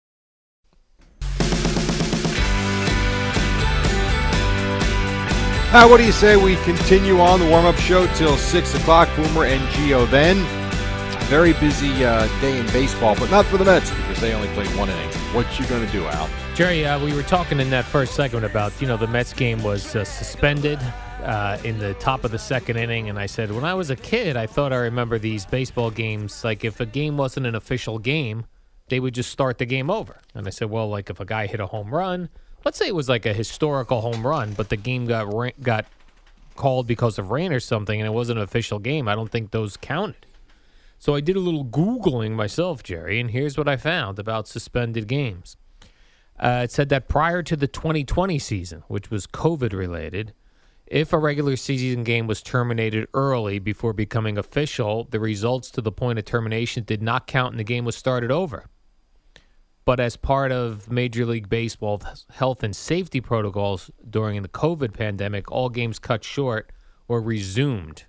S1: Hi, what do you say we continue on the warm up show till 6 o'clock? Boomer and Geo then. Very busy uh, day in baseball, but not for the Mets because they only played one inning. What you going to do, Al?
S2: Jerry, uh, we were talking in that first segment about you know the Mets game was uh, suspended uh, in the top of the second inning, and I said when I was a kid, I thought I remember these baseball games like if a game wasn't an official game, they would just start the game over. And I said, well, like if a guy hit a home run, let's say it was like a historical home run, but the game got ra- got called because of rain or something, and it wasn't an official game. I don't think those counted. So I did a little Googling myself, Jerry, and here's what I found about suspended games. Uh, it said that prior to the 2020 season, which was COVID related, if a regular season game was terminated early before becoming official, the results to the point of termination did not count and the game was started over. But as part of Major League Baseball health and safety protocols during the COVID pandemic, all games cut short or resumed.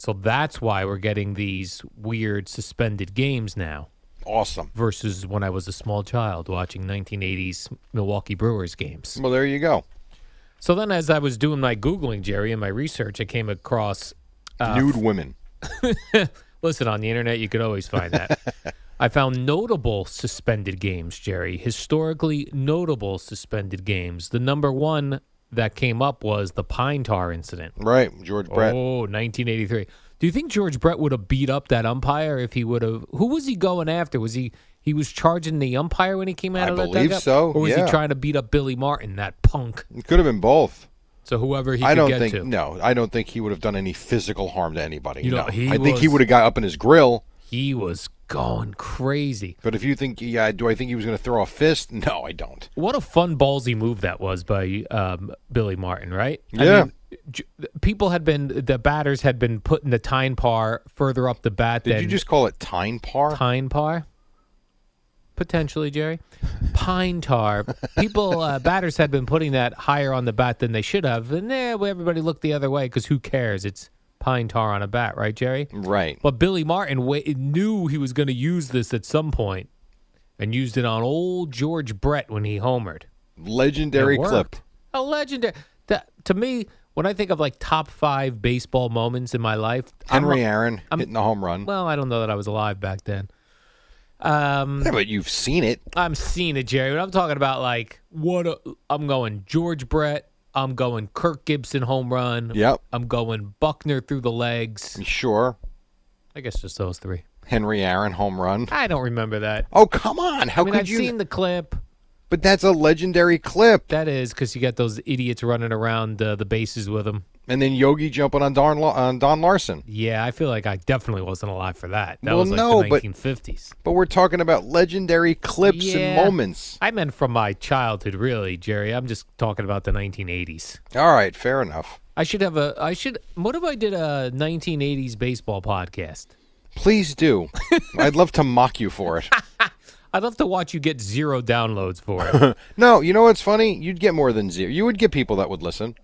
S2: So that's why we're getting these weird suspended games now
S1: Awesome.
S2: versus when I was a small child watching 1980s Milwaukee Brewers games.
S1: Well, there you go.
S2: So then, as I was doing my Googling, Jerry, and my research, I came across. Uh,
S1: Nude women.
S2: Listen, on the internet, you could always find that. I found notable suspended games, Jerry. Historically notable suspended games. The number one that came up was the Pine Tar incident.
S1: Right, George Brett.
S2: Oh, 1983. Do you think George Brett would have beat up that umpire if he would have? Who was he going after? Was he he was charging the umpire when he came out
S1: I
S2: of that
S1: believe
S2: dugout?
S1: so,
S2: Or was
S1: yeah.
S2: he trying to beat up Billy Martin, that punk?
S1: It could have been both.
S2: So whoever he
S1: I
S2: could
S1: don't
S2: get
S1: think
S2: to.
S1: no. I don't think he would have done any physical harm to anybody.
S2: You know,
S1: no.
S2: he
S1: I think he
S2: was-
S1: would have got up in his grill.
S2: He was going crazy.
S1: But if you think, yeah, do I think he was going to throw a fist? No, I don't.
S2: What a fun ballsy move that was by um, Billy Martin, right?
S1: Yeah.
S2: I mean, j- people had been the batters had been putting the tine par further up the bat
S1: Did
S2: than
S1: you just call it Tyne Par?
S2: pine par. Potentially, Jerry, pine tar. People uh, batters had been putting that higher on the bat than they should have, and eh, well, everybody looked the other way because who cares? It's pine tar on a bat, right, Jerry?
S1: Right.
S2: But Billy Martin wa knew he was going to use this at some point and used it on old George Brett when he homered. It
S1: Legendary clip.
S2: worked. A legendary. That, to me, when I think of like top five baseball moments in my life, I'm
S1: Henry
S2: a-
S1: Aaron hitting a home run.
S2: Well, I don't know that I was alive back then. Um,
S1: yeah, but you've seen it.
S2: I'm seeing it, Jerry. But I'm talking about like what a, I'm going George Brett. I'm going Kirk Gibson home run.
S1: Yep.
S2: I'm going Buckner through the legs.
S1: Sure.
S2: I guess just those three.
S1: Henry Aaron home run.
S2: I don't remember that.
S1: Oh come on! How
S2: I mean,
S1: could
S2: I've
S1: you?
S2: seen the clip.
S1: But that's a legendary clip.
S2: That is because you got those idiots running around uh, the bases with them.
S1: And then Yogi jumping on Don on Don Larson.
S2: Yeah, I feel like I definitely wasn't alive for that. That
S1: Well,
S2: was like
S1: no,
S2: the
S1: but-
S2: 1950s.
S1: But we're talking about legendary clips and
S2: Yeah.
S1: moments.
S2: I meant from my childhood, really, Jerry. I'm just talking about the 1980s.
S1: All right, fair enough.
S2: I should have a. I should. What if I did a 1980s baseball podcast?
S1: Please do. I'd love to mock you for it.
S2: I'd love to watch you get zero downloads for it.
S1: No, you know what's funny? You'd get more than zero. You would get people that would listen.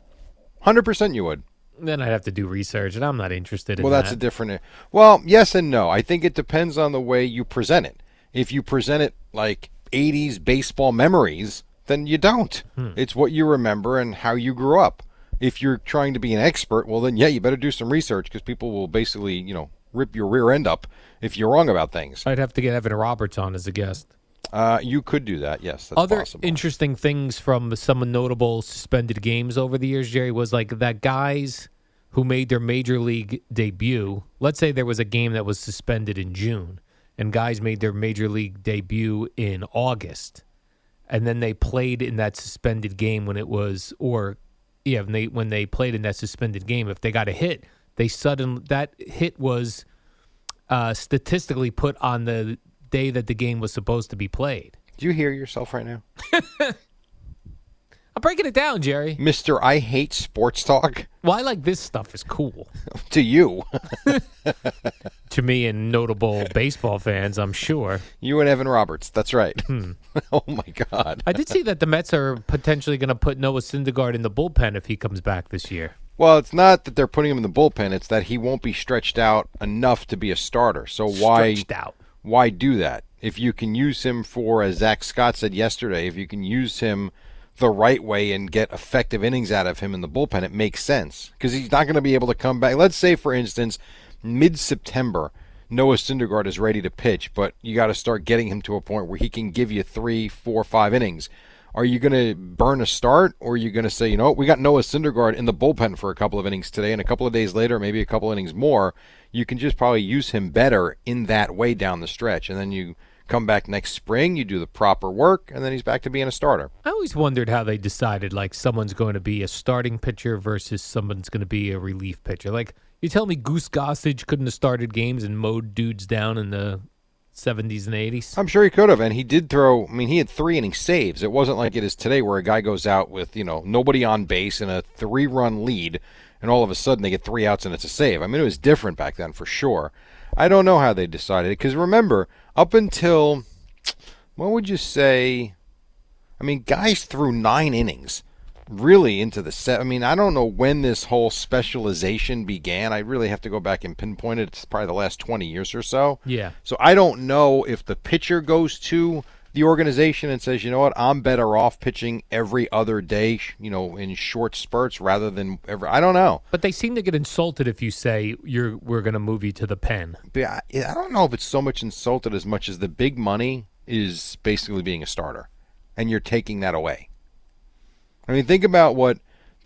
S1: Hundred percent, you would.
S2: then I'd have to do research, and I'm not interested in
S1: Well, that's a
S2: that.
S1: different. e-, Well, yes and no. I think it depends on the way you present it. If you present it like
S2: Hmm.
S1: 80s baseball memories, then you don't. It's what you remember and how you grew up. If you're trying to be an expert, well, then yeah, you better do some research because people will basically, you know, rip your rear end up if you're wrong about things.
S2: I'd have to get Evan Roberts on as a guest.
S1: Uh, you could do that. Yes, that's
S2: Other
S1: possible.
S2: interesting things from some notable suspended games over the years, Jerry, was like that guys who made their major league debut. Let's say there was a game that was suspended in June, and guys made their major league debut in August, and then they played in that suspended game when it was, or yeah, when they when they played in that suspended game, if they got a hit, they suddenly that hit was uh, statistically put on the day that the game was supposed to be played.
S1: Do you hear yourself right now?
S2: I'm breaking it down, Jerry.
S1: Mister, I hate sports talk.
S2: Well, I like this stuff is cool
S1: to you,
S2: to me, and notable baseball fans, I'm sure.
S1: you and Evan Roberts. That's right.
S2: Hmm.
S1: oh my God.
S2: I did see that the Mets are potentially going to put Noah Syndergaard in the bullpen if he comes back this year.
S1: Well, it's not that they're putting him in the bullpen; it's that he won't be stretched out enough to be a starter. So why
S2: Stretched out.
S1: why do that if you can use him for, as Zach Scott said yesterday, if you can use him the right way and get effective innings out of him in the bullpen, it makes sense because he's not going to be able to come back. Let's say, for instance, mid-September. Noah Syndergaard is ready to pitch, but you got to start getting him to a point where he can give you three, four, five innings. Are you going to burn a start, or are you going to say, you know, what, we got Noah Syndergaard in the bullpen for a couple of innings today, and a couple of days later, maybe a couple innings more, you can just probably use him better in that way down the stretch, and then you come back next spring, you do the proper work, and then he's back to being a starter.
S2: I always wondered how they decided like someone's going to be a starting pitcher versus someone's going to be a relief pitcher. Like you tell me Goose Gossage couldn't have started games and mowed dudes down in the 70s and 80s.
S1: I'm sure he could have, and he did throw. I mean, he had three inning saves. It wasn't like it is today, where a guy goes out with you know nobody on base and a three run lead, and all of a sudden they get three outs and it's a save. I mean, it was different back then for sure. I don't know how they decided it because remember, up until what would you say? I mean, guys threw nine innings really into the set. I mean, I don't know when this whole specialization began. I really have to go back and pinpoint it. It's probably the last 20 years or so.
S2: Yeah.
S1: So I don't know if the pitcher goes to the organization and says, you know what, I'm better off pitching every other day, sh- you know, in short spurts rather than ever. I don't know.
S2: But they seem to get insulted if you say you're we're going to move you to the pen.
S1: But I, I don't know if it's so much insulted as much as the big money is basically being a starter, and you're taking that away. I mean, think about what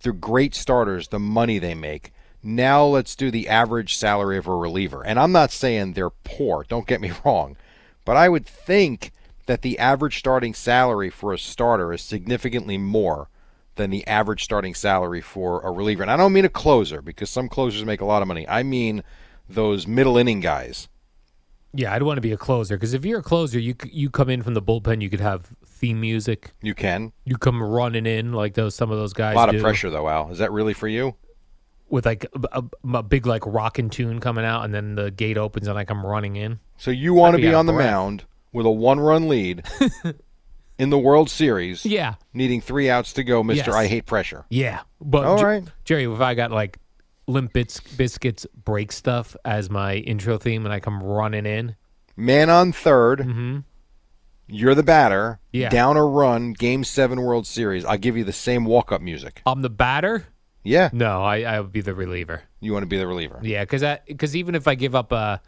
S1: the great starters, the money they make. Now let's do the average salary of a reliever. And I'm not saying they're poor, don't get me wrong, but I would think that the average starting salary for a starter is significantly more than the average starting salary for a reliever. And I don't mean a closer because some closers make a lot of money. I mean those middle inning guys.
S2: Yeah, I'd want to be a closer because if you're a closer, you c- you come in from the bullpen, you could have theme music.
S1: You can.
S2: You come running in like those some of those guys.
S1: A lot of
S2: do,
S1: pressure though, Al. Is that really for you?
S2: with like a, a- a big like rockin' tune coming out, and then the gate opens and I come running in.
S1: So you want
S2: I'd
S1: to
S2: be
S1: be
S2: out
S1: on the
S2: of breath.
S1: mound with a one-run lead in the World Series,
S2: Yeah,
S1: needing three outs to go, Mister.
S2: Yes.
S1: I hate pressure.
S2: yeah. But
S1: All
S2: Jer-
S1: right.
S2: Jerry, if I got like Limp Biz- Biscuits break stuff as my intro theme, and I come running in,
S1: Man on 3rd
S2: Mhm.
S1: You're the batter.
S2: Yeah.
S1: Down a run. Game seven World Series. I'll give you the same walk-up music.
S2: I'm the batter.
S1: Yeah.
S2: No, I I would be the reliever.
S1: You want to be the reliever.
S2: Yeah, because because even if I give up a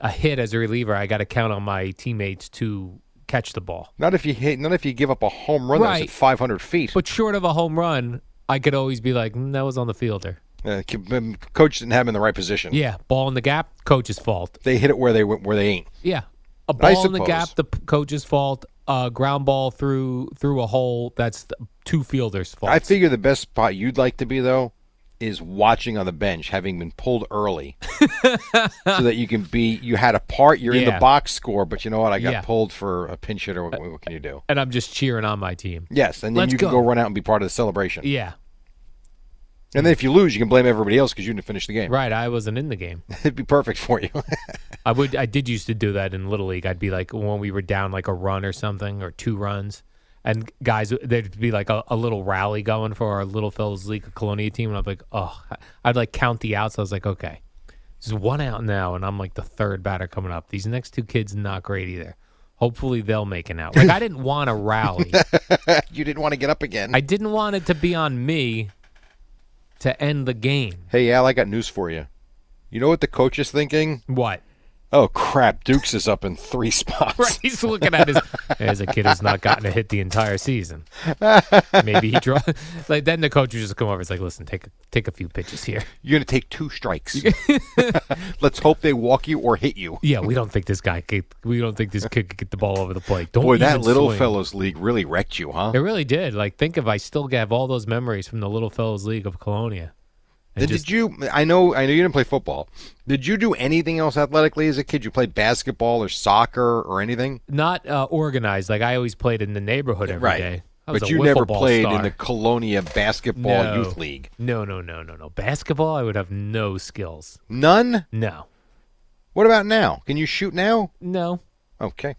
S2: a hit as a reliever, I got to count on my teammates to catch the ball.
S1: Not if you hit. Not if you give up a home run that's
S2: Right.
S1: at 500 feet.
S2: But short of a home run, I could always be like, mm, that was on the fielder.
S1: Uh, c- um, coach didn't have him in the right position.
S2: Yeah, ball in the gap, coach's fault.
S1: They hit it where they went where they ain't.
S2: Yeah, a
S1: I
S2: ball in the gap,
S1: suppose.
S2: the p- coach's fault. A ground ball through through a hole, that's th- two fielders' fault.
S1: I figure the best spot you'd like to be though is watching on the bench, having been pulled early, so that you can be. You had a part. You're in
S2: Yeah.
S1: the box score, but you know what? I got
S2: Yeah.
S1: pulled for a pinch hit, or what, what can you do?
S2: and I'm just cheering on my team.
S1: Yes, and then
S2: Let's
S1: you can
S2: go.
S1: go run out and be part of the celebration.
S2: Yeah,
S1: And then if you lose, you can blame everybody else because you didn't finish the game.
S2: right. I wasn't in the game.
S1: It'd be perfect for you.
S2: I would. I did used to do that in little league. I'd be like when we were down like a run or something or two runs, and guys there'd be like a, a little rally going for our little fellas league Colonia team, and I'm like, oh, I'd like count the outs. I was like, okay, there's one out now, and I'm like the third batter coming up. These next two kids not great either. Hopefully they'll make an out. Like I didn't want a rally.
S1: you didn't want to get up again.
S2: I didn't want it to be on me. to end the game.
S1: Hey, Al, I got news for you. You know what the coach is thinking?
S2: What?
S1: Oh crap! Dukes is up in three spots.
S2: Right, he's looking at his as a kid who's not gotten a hit the entire season. Maybe he draw like then the coach would just come over. It's like, listen, take take a few pitches here.
S1: You're gonna take two strikes. Let's hope they walk you or hit you.
S2: Yeah, we don't think this guy. Could, we don't think this kid could get the ball over the plate. Don't
S1: Boy, that
S2: even
S1: little
S2: swing.
S1: fellows league really wrecked you, huh?
S2: It really did. Like, think if I still have all those memories from the Little Fellows League of Colonia. And
S1: Did,
S2: just-
S1: did you? I know. I know you didn't play football. Did you do anything else athletically as a kid? You played basketball or soccer or anything?
S2: not uh, organized. Like I always played in the neighborhood every day.
S1: right.
S2: I was
S1: But
S2: a
S1: you never
S2: wiffle ball
S1: played in
S2: star.
S1: the Colonia Basketball
S2: No.
S1: Youth League.
S2: No, no, no, no, no. Basketball, I would have no skills.
S1: None.
S2: No,
S1: What about now? Can you shoot now?
S2: no.
S1: Okay.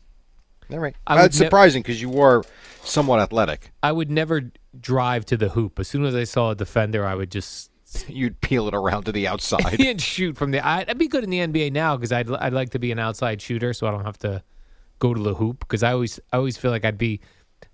S1: All right.
S2: I
S1: Well,
S2: would
S1: That's
S2: ne-
S1: surprising because you are somewhat athletic.
S2: I would never drive to the hoop. As soon as I saw a defender, I would just
S1: You'd peel it around to the outside.
S2: and shoot from the. I'd, I'd be good in the NBA now because I'd I'd like to be an outside shooter, so I don't have to go to the hoop. Because I always I always feel like I'd be.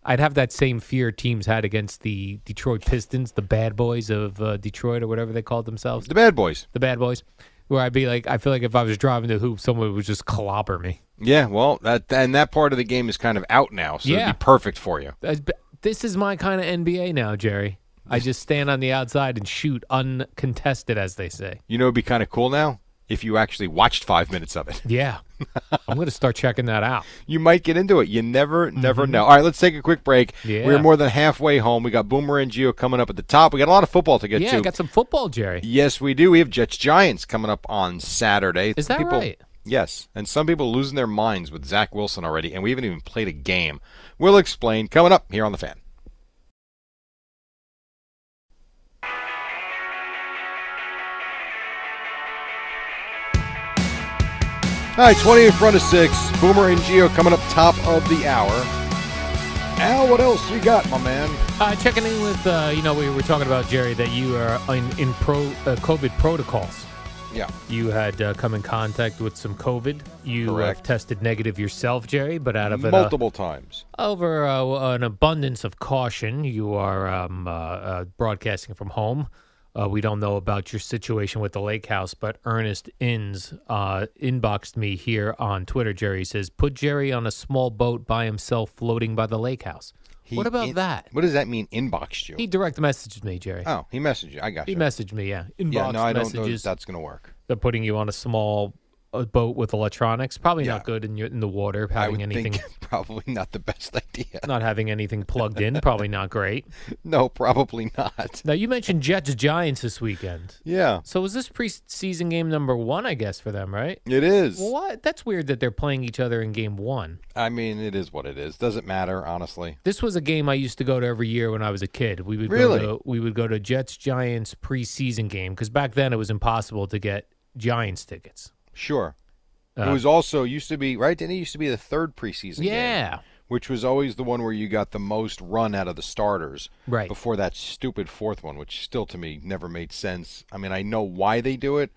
S2: I'd have that same fear teams had against the Detroit Pistons, the bad boys of uh, Detroit or whatever they called themselves,
S1: the bad boys.
S2: the bad boys, where I'd be like, I feel like if I was driving the hoop, someone would just clobber me.
S1: Yeah. Well, that and that part of the game is kind of out now, so
S2: Yeah.
S1: it'd be perfect for you.
S2: That's- but This is my kind of NBA now, Jerry. I just stand on the outside and shoot uncontested, as they say.
S1: You know, it'd be kind of cool now if you actually watched five minutes of it.
S2: Yeah. I'm going to start checking that out.
S1: You might get into it. You never, never know. All right, let's take a quick break.
S2: Mm-hmm. Yeah.
S1: We're more than halfway home. We got Boomer and Geo coming up at the top. We got a lot of football to get
S2: yeah,
S1: to.
S2: I got some football, Jerry.
S1: yes, we do. We have Jets Giants coming up on Saturday.
S2: Is that
S1: people,
S2: right?
S1: Yes, and some people losing their minds with Zach Wilson already, and we haven't even played a game. We'll explain coming up here on the fan. All right, 20 in front of six. Boomer and Geo coming up top of the hour. Al, what else you got, my man?
S2: Uh, checking in with, uh, you know, we were talking about, Jerry, that you are in, in pro, uh, COVID protocols.
S1: Yeah.
S2: You had uh, come in contact with some COVID. You have
S1: Correct.
S2: tested negative yourself, Jerry, but out of an, uh,
S1: Multiple times.
S2: over uh, an abundance of caution, you are um, uh, uh, broadcasting from home. Uh, we don't know about your situation with the lake house, but Ernest Inns uh, inboxed me here on Twitter. Jerry says, "Put Jerry on a small boat by himself, floating by the lake house."
S1: He
S2: what about
S1: in-
S2: that?
S1: What does that mean, inboxed you?
S2: He direct messaged me, Jerry.
S1: oh, he messaged you. I got
S2: he
S1: you.
S2: messaged me, yeah. Inbox
S1: yeah, no, I don't know if
S2: messages.
S1: that's going to work.
S2: They're putting you on a small uh, boat with electronics. Probably
S1: Yeah.
S2: not good in, your, in the water.
S1: I
S2: Having
S1: would
S2: anything,
S1: think probably not the best idea.
S2: not having anything plugged in. Probably not great.
S1: No, probably not.
S2: Now you mentioned Jets Giants this weekend.
S1: Yeah,
S2: So is this preseason game number one? I guess for them, right?
S1: it is.
S2: Well, what? That's weird that they're playing each other in game one.
S1: I mean, it is what it is. Doesn't matter, honestly.
S2: This was a game I used to go to every year when I was a kid. We would
S1: Really?
S2: go to, we would go to Jets Giants preseason game because back then it was impossible to get Giants tickets.
S1: Sure. it
S2: Uh,
S1: was also used to be right. Didn't it used to be the third preseason? game,
S2: yeah,
S1: which was always the one where you got the most run out of the starters.
S2: right.
S1: Before that stupid fourth one, which still to me never made sense. I mean, I know why they do it,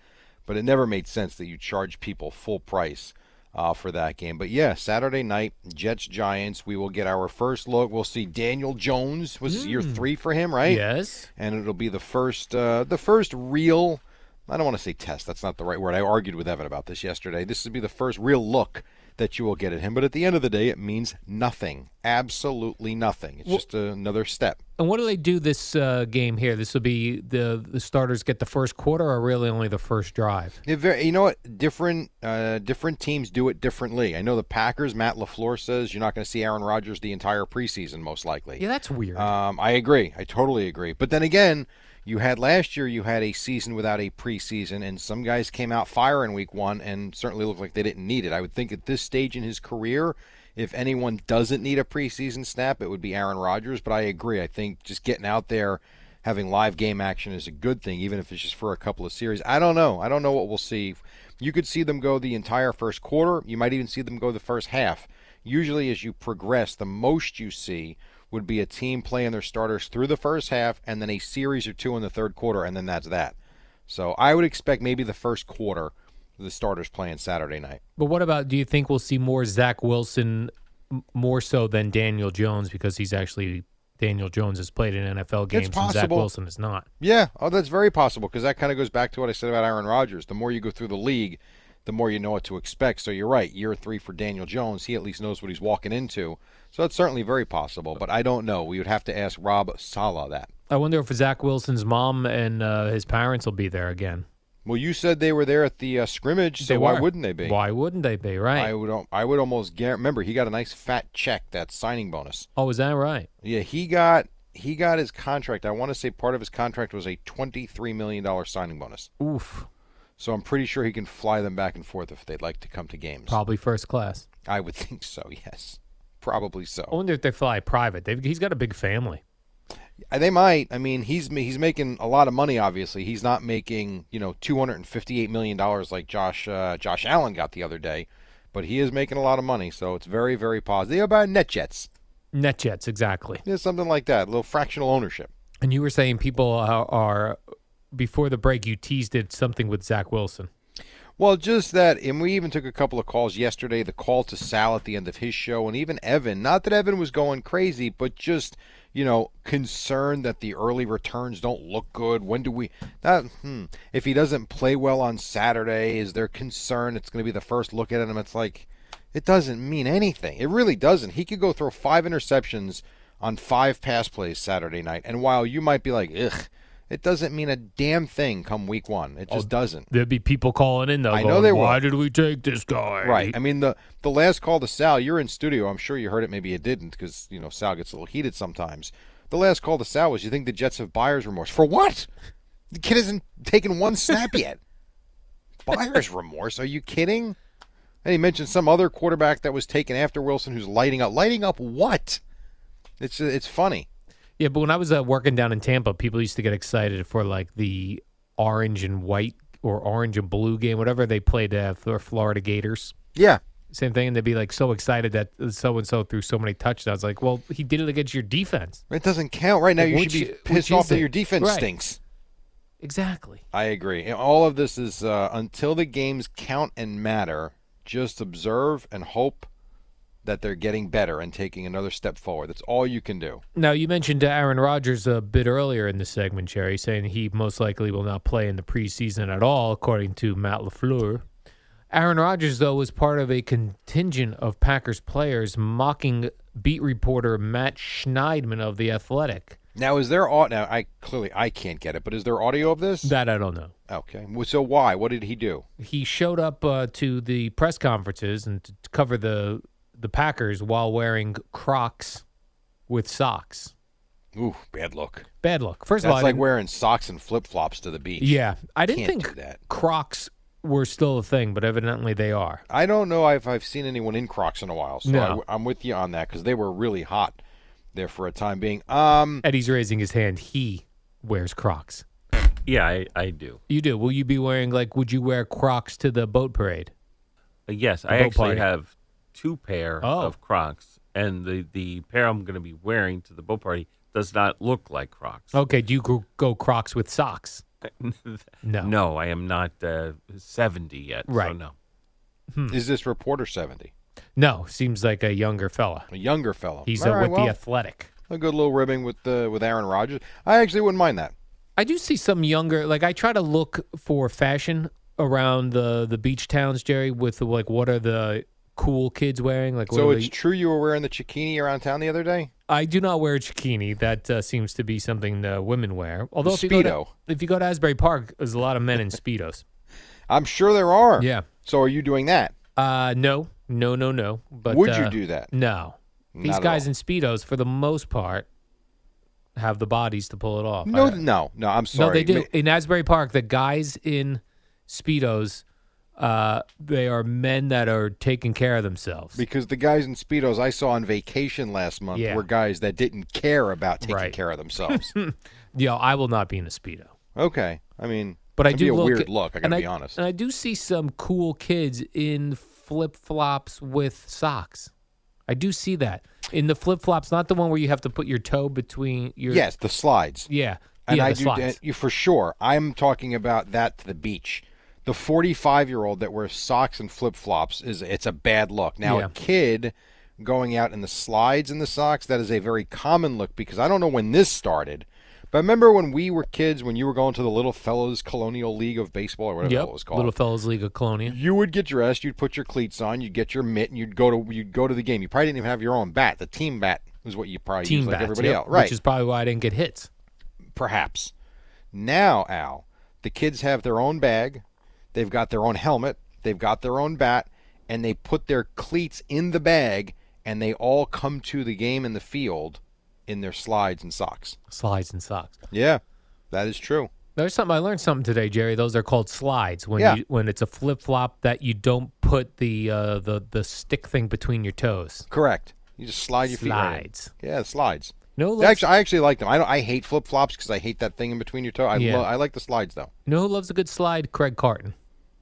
S1: but it never made sense that you charge people full price uh, for that game. But yeah, Saturday night, Jets Giants. We will get our first look. We'll see Daniel Jones. Was this year three for him, right?
S2: Yes.
S1: and it'll be the first uh, the first real I don't want to say test that's not the right word I argued with Evan about this yesterday this would be the first real look that you will get at him but at the end of the day it means nothing absolutely nothing it's just another step
S2: And what do they do this uh, game here? This will be the the starters get the first quarter, or really only the first drive.
S1: It ver- you know what different uh, different teams do it differently I know the Packers Matt LaFleur says you're not going to see Aaron Rodgers the entire preseason most likely
S2: Yeah, that's weird.
S1: Um, I agree. I totally agree. But then again, you had last year. You had a season without a preseason, and some guys came out fire in week one, and certainly looked like they didn't need it. I would think at this stage in his career, if anyone doesn't need a preseason snap, it would be Aaron Rodgers. But I agree. I think just getting out there, having live game action is a good thing, even if it's just for a couple of series. I don't know. I don't know what we'll see. You could see them go the entire first quarter. You might even see them go the first half. Usually, as you progress, the most you see would be a team playing their starters through the first half and then a series or two in the third quarter, and then that's that. So I would expect maybe the first quarter, the starters playing Saturday night.
S2: But what about? Do you think we'll see more Zach Wilson, m- more so than Daniel Jones, because he's actually Daniel Jones has played an NFL game
S1: It's
S2: since Zach
S1: possible.
S2: Wilson is not.
S1: Yeah, oh, that's very possible because that kind of goes back to what I said about Aaron Rodgers. The more you go through the league, the more you know what to expect. So you're right. Year three for Daniel Jones, he at least knows what he's walking into. So that's certainly very possible. But I don't know. We would have to ask Rob Sala that.
S2: I wonder if Zach Wilson's mom and uh, his parents will be there again.
S1: Well, you said they were there at the uh, scrimmage, so
S2: They
S1: why
S2: were.
S1: wouldn't they be?
S2: Why wouldn't they be? Right?
S1: I would. al- I would almost guarantee. Remember, he got a nice fat check that signing bonus.
S2: oh, is that right?
S1: Yeah, he got he got his contract. I want to say part of his contract was a twenty-three million dollar signing bonus.
S2: Oof.
S1: So I'm pretty sure he can fly them back and forth if they'd like to come to games.
S2: Probably first class.
S1: I would think so. Yes, probably
S2: I
S1: so.
S2: wonder if they fly private. They've, he's got a big family.
S1: Uh, They might. I mean, he's he's making a lot of money. Obviously, he's not making you know two hundred and fifty-eight million dollars like Josh uh, Josh Allen got the other day, but he is making a lot of money. So it's very very positive. They about NetJets.
S2: NetJets, exactly.
S1: Yeah, something like that. A little fractional ownership.
S2: And you were saying people are, are before the break. You teased it something with Zach Wilson.
S1: Well, just that, and we even took a couple of calls yesterday. The call to Sal at the end of his show, and even Evan. Not that Evan was going crazy, but just you know, concerned that the early returns don't look good. When do we? Not, hmm, if he doesn't play well on Saturday, is there concern it's going to be the first look at him? It's like it doesn't mean anything. It really doesn't. He could go throw five interceptions on five pass plays Saturday night, and while you might be like, ugh. It doesn't mean a damn thing come week one. It just doesn't.
S2: There'd be people calling in though.
S1: I know
S2: going,
S1: they will.
S2: Why did we take this guy?
S1: Right. I mean the the last call to Sal. You're in studio. I'm sure you heard it. Maybe you didn't, because you know Sal gets a little heated sometimes. The last call to Sal was, "You think the Jets have buyer's remorse for what? The kid hasn't taken one snap yet. buyer's remorse? Are you kidding?" And he mentioned some other quarterback that was taken after Wilson, who's lighting up. Lighting up what? It's it's funny.
S2: Yeah, but when I was uh, working down in Tampa, people used to get excited for like the orange and white or orange and blue game, whatever they played uh, for Florida Gators.
S1: Yeah.
S2: Same thing, and they'd be like so excited that so and so threw so many touchdowns. Like, well, he did it against your defense.
S1: It doesn't count right now.
S2: Like,
S1: you
S2: which
S1: should be
S2: i- which
S1: pissed off
S2: is
S1: that
S2: it?
S1: your defense
S2: Right.
S1: stinks.
S2: Exactly.
S1: I agree. And all of this is uh, until the games count and matter, just observe and hope that they're getting better and taking another step forward. That's all you can do.
S2: Now you mentioned uh, Aaron Rodgers a bit earlier in the segment, Jerry, saying he most likely will not play in the preseason at all, according to Matt Lafleur. Aaron Rodgers, though, was part of a contingent of Packers players mocking beat reporter Matt Schneidman of the Athletic.
S1: Now, is there au- now? I clearly I can't get it, but is there audio of this?
S2: That I don't know.
S1: Okay. Well, So why? What did he do?
S2: He showed up uh, to the press conferences and to to cover the the Packers while wearing Crocs with socks.
S1: Ooh, bad look.
S2: Bad look. First
S1: That's
S2: of all, I
S1: like
S2: didn't-
S1: wearing socks and flip flops to the beach.
S2: Yeah, I didn't
S1: Can't
S2: think
S1: do that.
S2: Crocs were still a thing, but evidently they are.
S1: I don't know if I've seen anyone in Crocs in a while, so
S2: No.
S1: I, am with you on that because they were really hot there for a time being. Um,
S2: Eddie's raising his hand. He wears Crocs.
S7: Yeah, I, I do.
S2: You do. Will you be wearing like? Would you wear Crocs to the boat parade?
S7: Uh, yes,
S2: The
S7: I
S2: boat
S7: actually
S2: party.
S7: have two pair
S2: Oh.
S7: of Crocs, and the, the pair I'm going to be wearing to the boat party does not look like Crocs.
S2: Okay. Do you go, go Crocs with socks?
S7: no, no, I am not uh, 70 yet. So
S2: Right.
S7: no.
S2: Hmm.
S1: Is this reporter 70?
S2: No. Seems like a younger fella.
S1: A younger fellow.
S2: He's
S1: All
S2: uh,
S1: right,
S2: with
S1: well,
S2: the athletic.
S1: A good little ribbing with the with Aaron Rodgers. I actually wouldn't mind that.
S2: I do see some younger. Like I try to look for fashion around the the beach towns, Jerry. With like, what are the cool kids wearing? Like, what
S1: so
S2: are
S1: it's
S2: they-
S1: true you were wearing the chikini around town the other day.
S2: I do not wear a bikini. That uh, seems to be something uh, women wear. Although if you,
S1: Speedo.
S2: go to, if you go to Asbury Park, there's a lot of men in speedos.
S1: I'm sure there are.
S2: Yeah.
S1: So are you doing that?
S2: Uh, no, no, no, no. But
S1: Would you
S2: uh,
S1: do that?
S2: No,
S1: Not
S2: these
S1: at
S2: guys in speedos, for the most part, have the bodies to pull it off.
S1: No,
S2: I-
S1: no, no. I'm
S2: no,
S1: sorry.
S2: they do in Asbury Park. The guys in speedos, uh, they are men that are taking care of themselves.
S1: Because the guys in speedos I saw on vacation last month
S2: Yeah.
S1: were guys that didn't care about taking
S2: Right.
S1: care of themselves.
S2: Yo, I will not be in a speedo.
S1: okay. I mean,
S2: But I
S1: that'd
S2: do
S1: be a
S2: look
S1: weird
S2: at-
S1: look. I
S2: and
S1: gotta be honest.
S2: And I do see some cool kids in flip flops with socks. I do see that in the flip flops, not the one where you have to put your toe between your.
S1: yes, the slides.
S2: Yeah.
S1: And
S2: yeah,
S1: I
S2: the
S1: do
S2: slides.
S1: and you for sure. I'm talking about that to the beach. The 45 year old that wears socks and flip flops is it's a bad look. Now
S2: Yeah.
S1: a kid going out in the slides in the socks, that is a very common look because I don't know when this started. But remember when we were kids, when you were going to the Little Fellows Colonial League of Baseball or whatever
S2: Yep.
S1: it was called?
S2: Little Fellas League of Colonia.
S1: You would get dressed, you'd put your cleats on, you'd get your mitt, and you'd go to you'd go to the game. You probably didn't even have your own bat. The team bat was what you probably
S2: Team
S1: used
S2: bats,
S1: like everybody
S2: yep,
S1: else. Right.
S2: Which is probably why I didn't get hits.
S1: Perhaps. Now, Al, the kids have their own bag, they've got their own helmet, they've got their own bat, and they put their cleats in the bag and they all come to the game in the field in their slides and socks.
S2: Slides and socks.
S1: Yeah. That is true.
S2: There's something I learned something today, Jerry. Those are called slides when
S1: Yeah.
S2: you, when it's a flip flop that you don't put the uh, the the stick thing between your toes.
S1: Correct. You just slide your feet. right in.
S2: Slides.
S1: Yeah, slides.
S2: No,
S1: They actually, I actually like them. I don't. I hate flip flops because I hate that thing in between your toe. I
S2: Yeah.
S1: lo- I like the slides though.
S2: You know who loves a good slide? Craig Carton.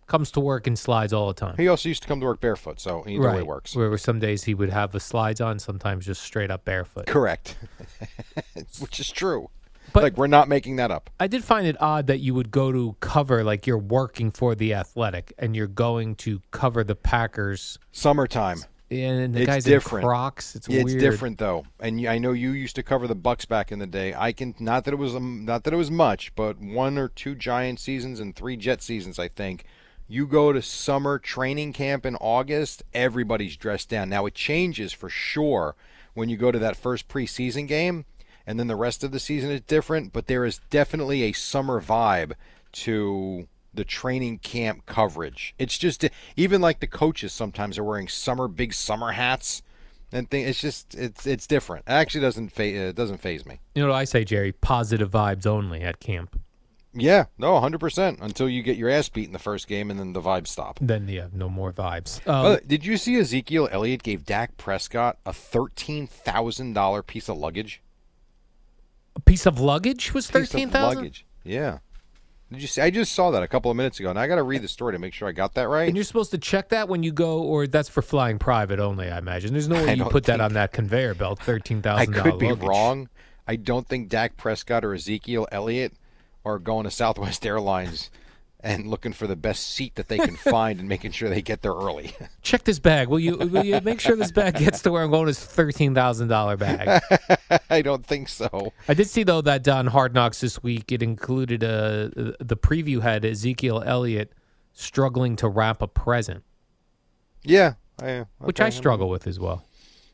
S2: Comes to work in slides all the time.
S1: He also used to come to work barefoot, so either way works.
S2: Where where some days he would have the slides on, sometimes just straight up barefoot.
S1: Correct. Which is true.
S2: But-
S1: like we're not making that up.
S2: I did find it odd that you would go to cover like you're working for the athletic and you're going to cover the Packers.
S1: Summertime.
S2: And the
S1: it's
S2: guys
S1: different.
S2: in Crocs. It's
S1: Yeah,
S2: weird.
S1: different though, and you- I know you used to cover the Bucks back in the day. I can not that it was um, not that it was much, but one or two Giant seasons and three Jet seasons, I think. You go to summer training camp in August, everybody's dressed down. Now it changes for sure when you go to that first preseason game, and then the rest of the season is different. But there is definitely a summer vibe to the training camp coverage. It's just even like the coaches sometimes are wearing summer big summer hats and thing. It's just it's it's different. It actually doesn't fa- it doesn't phase me.
S2: You know what I say, Jerry? Positive vibes only at camp.
S1: Yeah, no, hundred percent. Until you get your ass beat in the first game, and then the vibes stop.
S2: Then you have no more vibes.
S1: By the
S2: Um,
S1: way, did you see Ezekiel Elliott gave Dak Prescott a thirteen thousand dollar piece of luggage?
S2: a piece of luggage was
S1: Piece of
S2: thirteen thousand.
S1: luggage. Yeah. Did you see? I just saw that a couple of minutes ago, and I got to read the story to make sure I got that right.
S2: And you're supposed to check that when you go, or that's for flying private only, I imagine. There's no
S1: I
S2: way you
S1: don't
S2: put that on that conveyor belt. Thirteen
S1: I
S2: thousand dollars.
S1: could be wrong. I don't think Dak Prescott or Ezekiel Elliott are going to Southwest Airlines and looking for the best seat that they can find and making sure they get there early.
S2: Check this bag. Will you? Will you make sure this bag gets to where I'm going? It's thirteen thousand dollar bag.
S1: I don't think so.
S2: I did see though that on Hard Knocks this week, it included uh, the preview had Ezekiel Elliott struggling to wrap a present,
S1: Yeah, I,
S2: which
S1: okay,
S2: I
S1: mean,
S2: struggle with as well.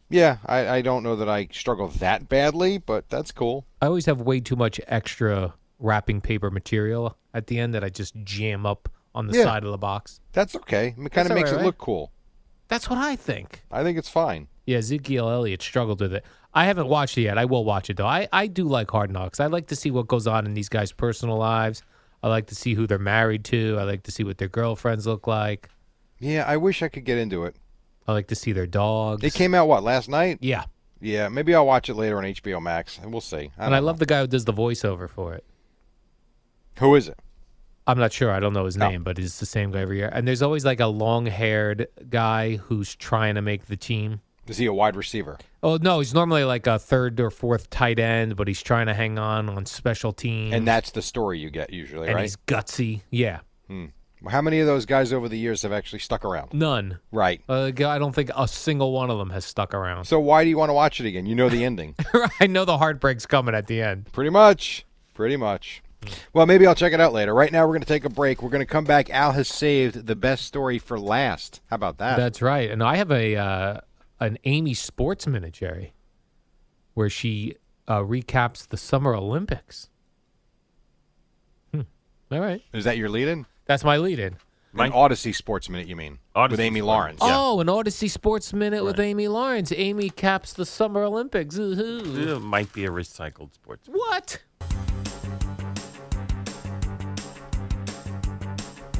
S1: Yeah, I, I don't know that I struggle that badly, but that's cool.
S2: I always have way too much extra wrapping paper material at the end that I just jam up on the
S1: Yeah.
S2: side of the box.
S1: That's okay. It kind
S2: That's
S1: of
S2: all
S1: makes
S2: right,
S1: it
S2: right?
S1: look cool.
S2: That's what I think.
S1: I think it's fine.
S2: Yeah, Ezekiel Elliott struggled with it. I haven't watched it yet. I will watch it though. I, I do like Hard Knocks. I like to see what goes on in these guys' personal lives. I like to see who they're married to. I like to see what their girlfriends look like.
S1: Yeah, I wish I could get into it.
S2: I like to see their dogs.
S1: It came out what last night?
S2: yeah,
S1: Yeah, maybe I'll watch it later on HBO Max, and we'll see. I
S2: and I
S1: don't
S2: love the guy who does the voiceover for it.
S1: know. who is it?
S2: I'm not sure. I don't know his
S1: Oh.
S2: name, but it's the same guy every year. And there's always like a long-haired guy who's trying to make the team.
S1: Is he a wide receiver?
S2: Oh no, he's normally like a third or fourth tight end, but he's trying to hang on on special teams.
S1: And that's the story you get usually,
S2: and
S1: right?
S2: he's gutsy. Yeah,
S1: Hmm. How many of those guys over the years have actually stuck around?
S2: none.
S1: Right.
S2: Uh, I don't think a single one of them has stuck around.
S1: So why do you want to watch it again? You know the ending.
S2: I know the heartbreak's coming at the end.
S1: Pretty much. Pretty much. Well, maybe I'll check it out later. Right now, we're going to take a break. We're going to come back. Al has saved the best story for last. How about that?
S2: That's right. And I have a uh, an Amy Sports Minute, Jerry, where she uh, recaps the Summer Olympics. Hmm. All right.
S1: Is that your lead in?
S2: That's my lead in.
S1: An Odyssey Sports Minute, you mean? With Amy Lawrence. yeah.
S2: Oh, an Odyssey Sports Minute with Amy Lawrence. Amy caps the Summer Olympics. Ooh-hoo.
S7: It might be a recycled sports.
S2: What?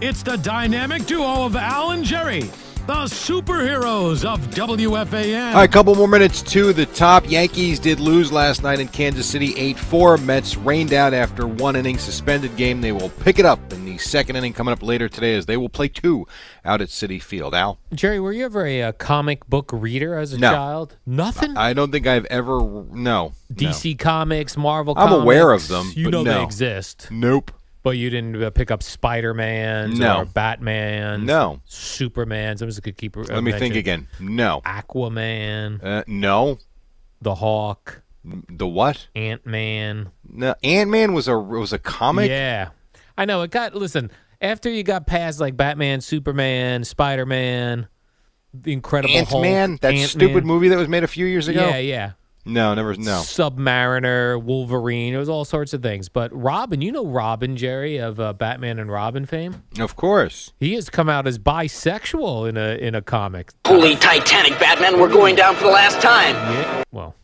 S5: It's the dynamic duo of Al and Jerry, the superheroes of WFAN.
S1: All right, couple more minutes to the top. Yankees did lose last night in Kansas City 8 4. Mets rained out after one inning suspended game. They will pick it up in the second inning coming up later today as they will play two out at City Field. Al?
S2: Jerry, were you ever a, uh comic book reader as a
S1: No.
S2: child? Nothing.
S1: I don't think I've ever. No. no.
S2: DC Comics, Marvel.
S1: I'm aware of
S2: Comics,
S1: them,
S2: You
S1: but
S2: know
S1: no.
S2: they exist.
S1: Nope.
S2: But you didn't uh, pick up Spider Man,
S1: No.
S2: or Batman,
S1: No.
S2: Superman. Someone's could keep.
S1: Let me think again. No.
S2: Aquaman,
S1: Uh, no.
S2: The Hawk.
S1: The what?
S2: Ant Man.
S1: No, Ant Man was a was a comic.
S2: Yeah, I know. It got listen after you got past like Batman, Superman, Spider Man, the Incredible
S1: Ant Man,
S2: Hulk,
S1: that
S2: Ant-Man.
S1: stupid movie that was made a few years ago.
S2: Yeah, yeah.
S1: No, never. No.
S2: Submariner, Wolverine. It was all sorts of things. But Robin, you know Robin Jerry of uh, Batman and Robin fame.
S1: Of course.
S2: He has come out as bisexual in a in a comic.
S4: Holy Titanic, Batman, we're going down for the last time.
S2: Yeah. Well,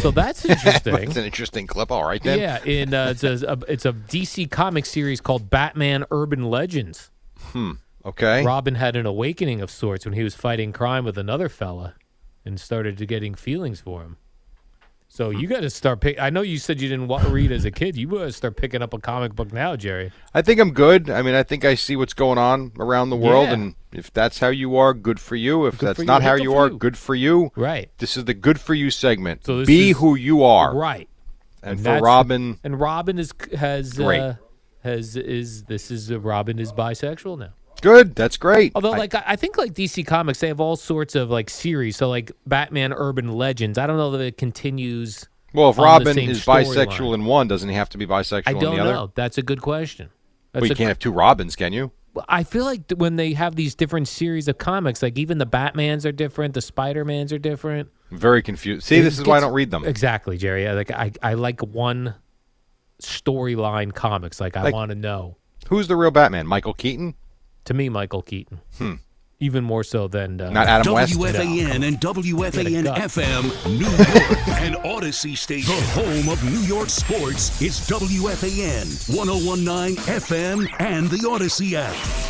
S2: so that's interesting.
S1: That's an interesting clip. All right then.
S2: Yeah, in uh, it's, a, it's a DC comic series called Batman Urban Legends.
S1: Hmm. Okay.
S2: Robin had an awakening of sorts when he was fighting crime with another fella, and started to getting feelings for him. So
S1: Hmm.
S2: you got to start. Pick, I know you said you didn't wa- read as a kid. You got to start picking up a comic book now, Jerry.
S1: I think I'm good. I mean, I think I see what's going on around the world,
S2: Yeah.
S1: and if that's how you are, good for you. If
S2: Good
S1: that's
S2: for you.
S1: not how
S2: Good
S1: you
S2: for
S1: are,
S2: you.
S1: good for you.
S2: Right.
S1: This is the good for you segment.
S2: So this
S1: Be
S2: is-
S1: who you are.
S2: Right.
S1: And, for
S2: that's-
S1: Robin,
S2: And Robin is c- has
S1: Great.
S2: Uh, has is this is uh, Robin is bisexual now.
S1: good. That's great.
S2: Although,
S1: I-
S2: like, I, I think like DC Comics, they have all sorts of like series. So, like Batman Urban Legends. I don't know that it continues.
S1: well, if
S2: on the
S1: Robin
S2: same
S1: is
S2: storyline.
S1: bisexual in one, doesn't he have to be bisexual
S2: I
S1: in
S2: don't
S1: the other?
S2: know. That's a good question. That's
S1: Well, you
S2: a-
S1: can't have two Robins, can you?
S2: I feel like th- when they have these different series of comics, like even the Batmans are different, the Spider Mans are different.
S1: I'm very confused. See,
S2: It
S1: this is why I
S2: gets-
S1: don't read them.
S2: Exactly, Jerry. I, like I, I like one storyline comics. Like I
S1: Like-
S2: want to know.
S1: Who's the real Batman? Michael Keaton?
S2: To me, Michael Keaton. Even more so than uh,
S1: Hmm. Not Adam West?
S3: WFAN and WFAN
S2: Get a gut.
S3: FM, New York, and Odyssey Station. The home of New York sports is WFAN, 1019 FM, and the Odyssey app.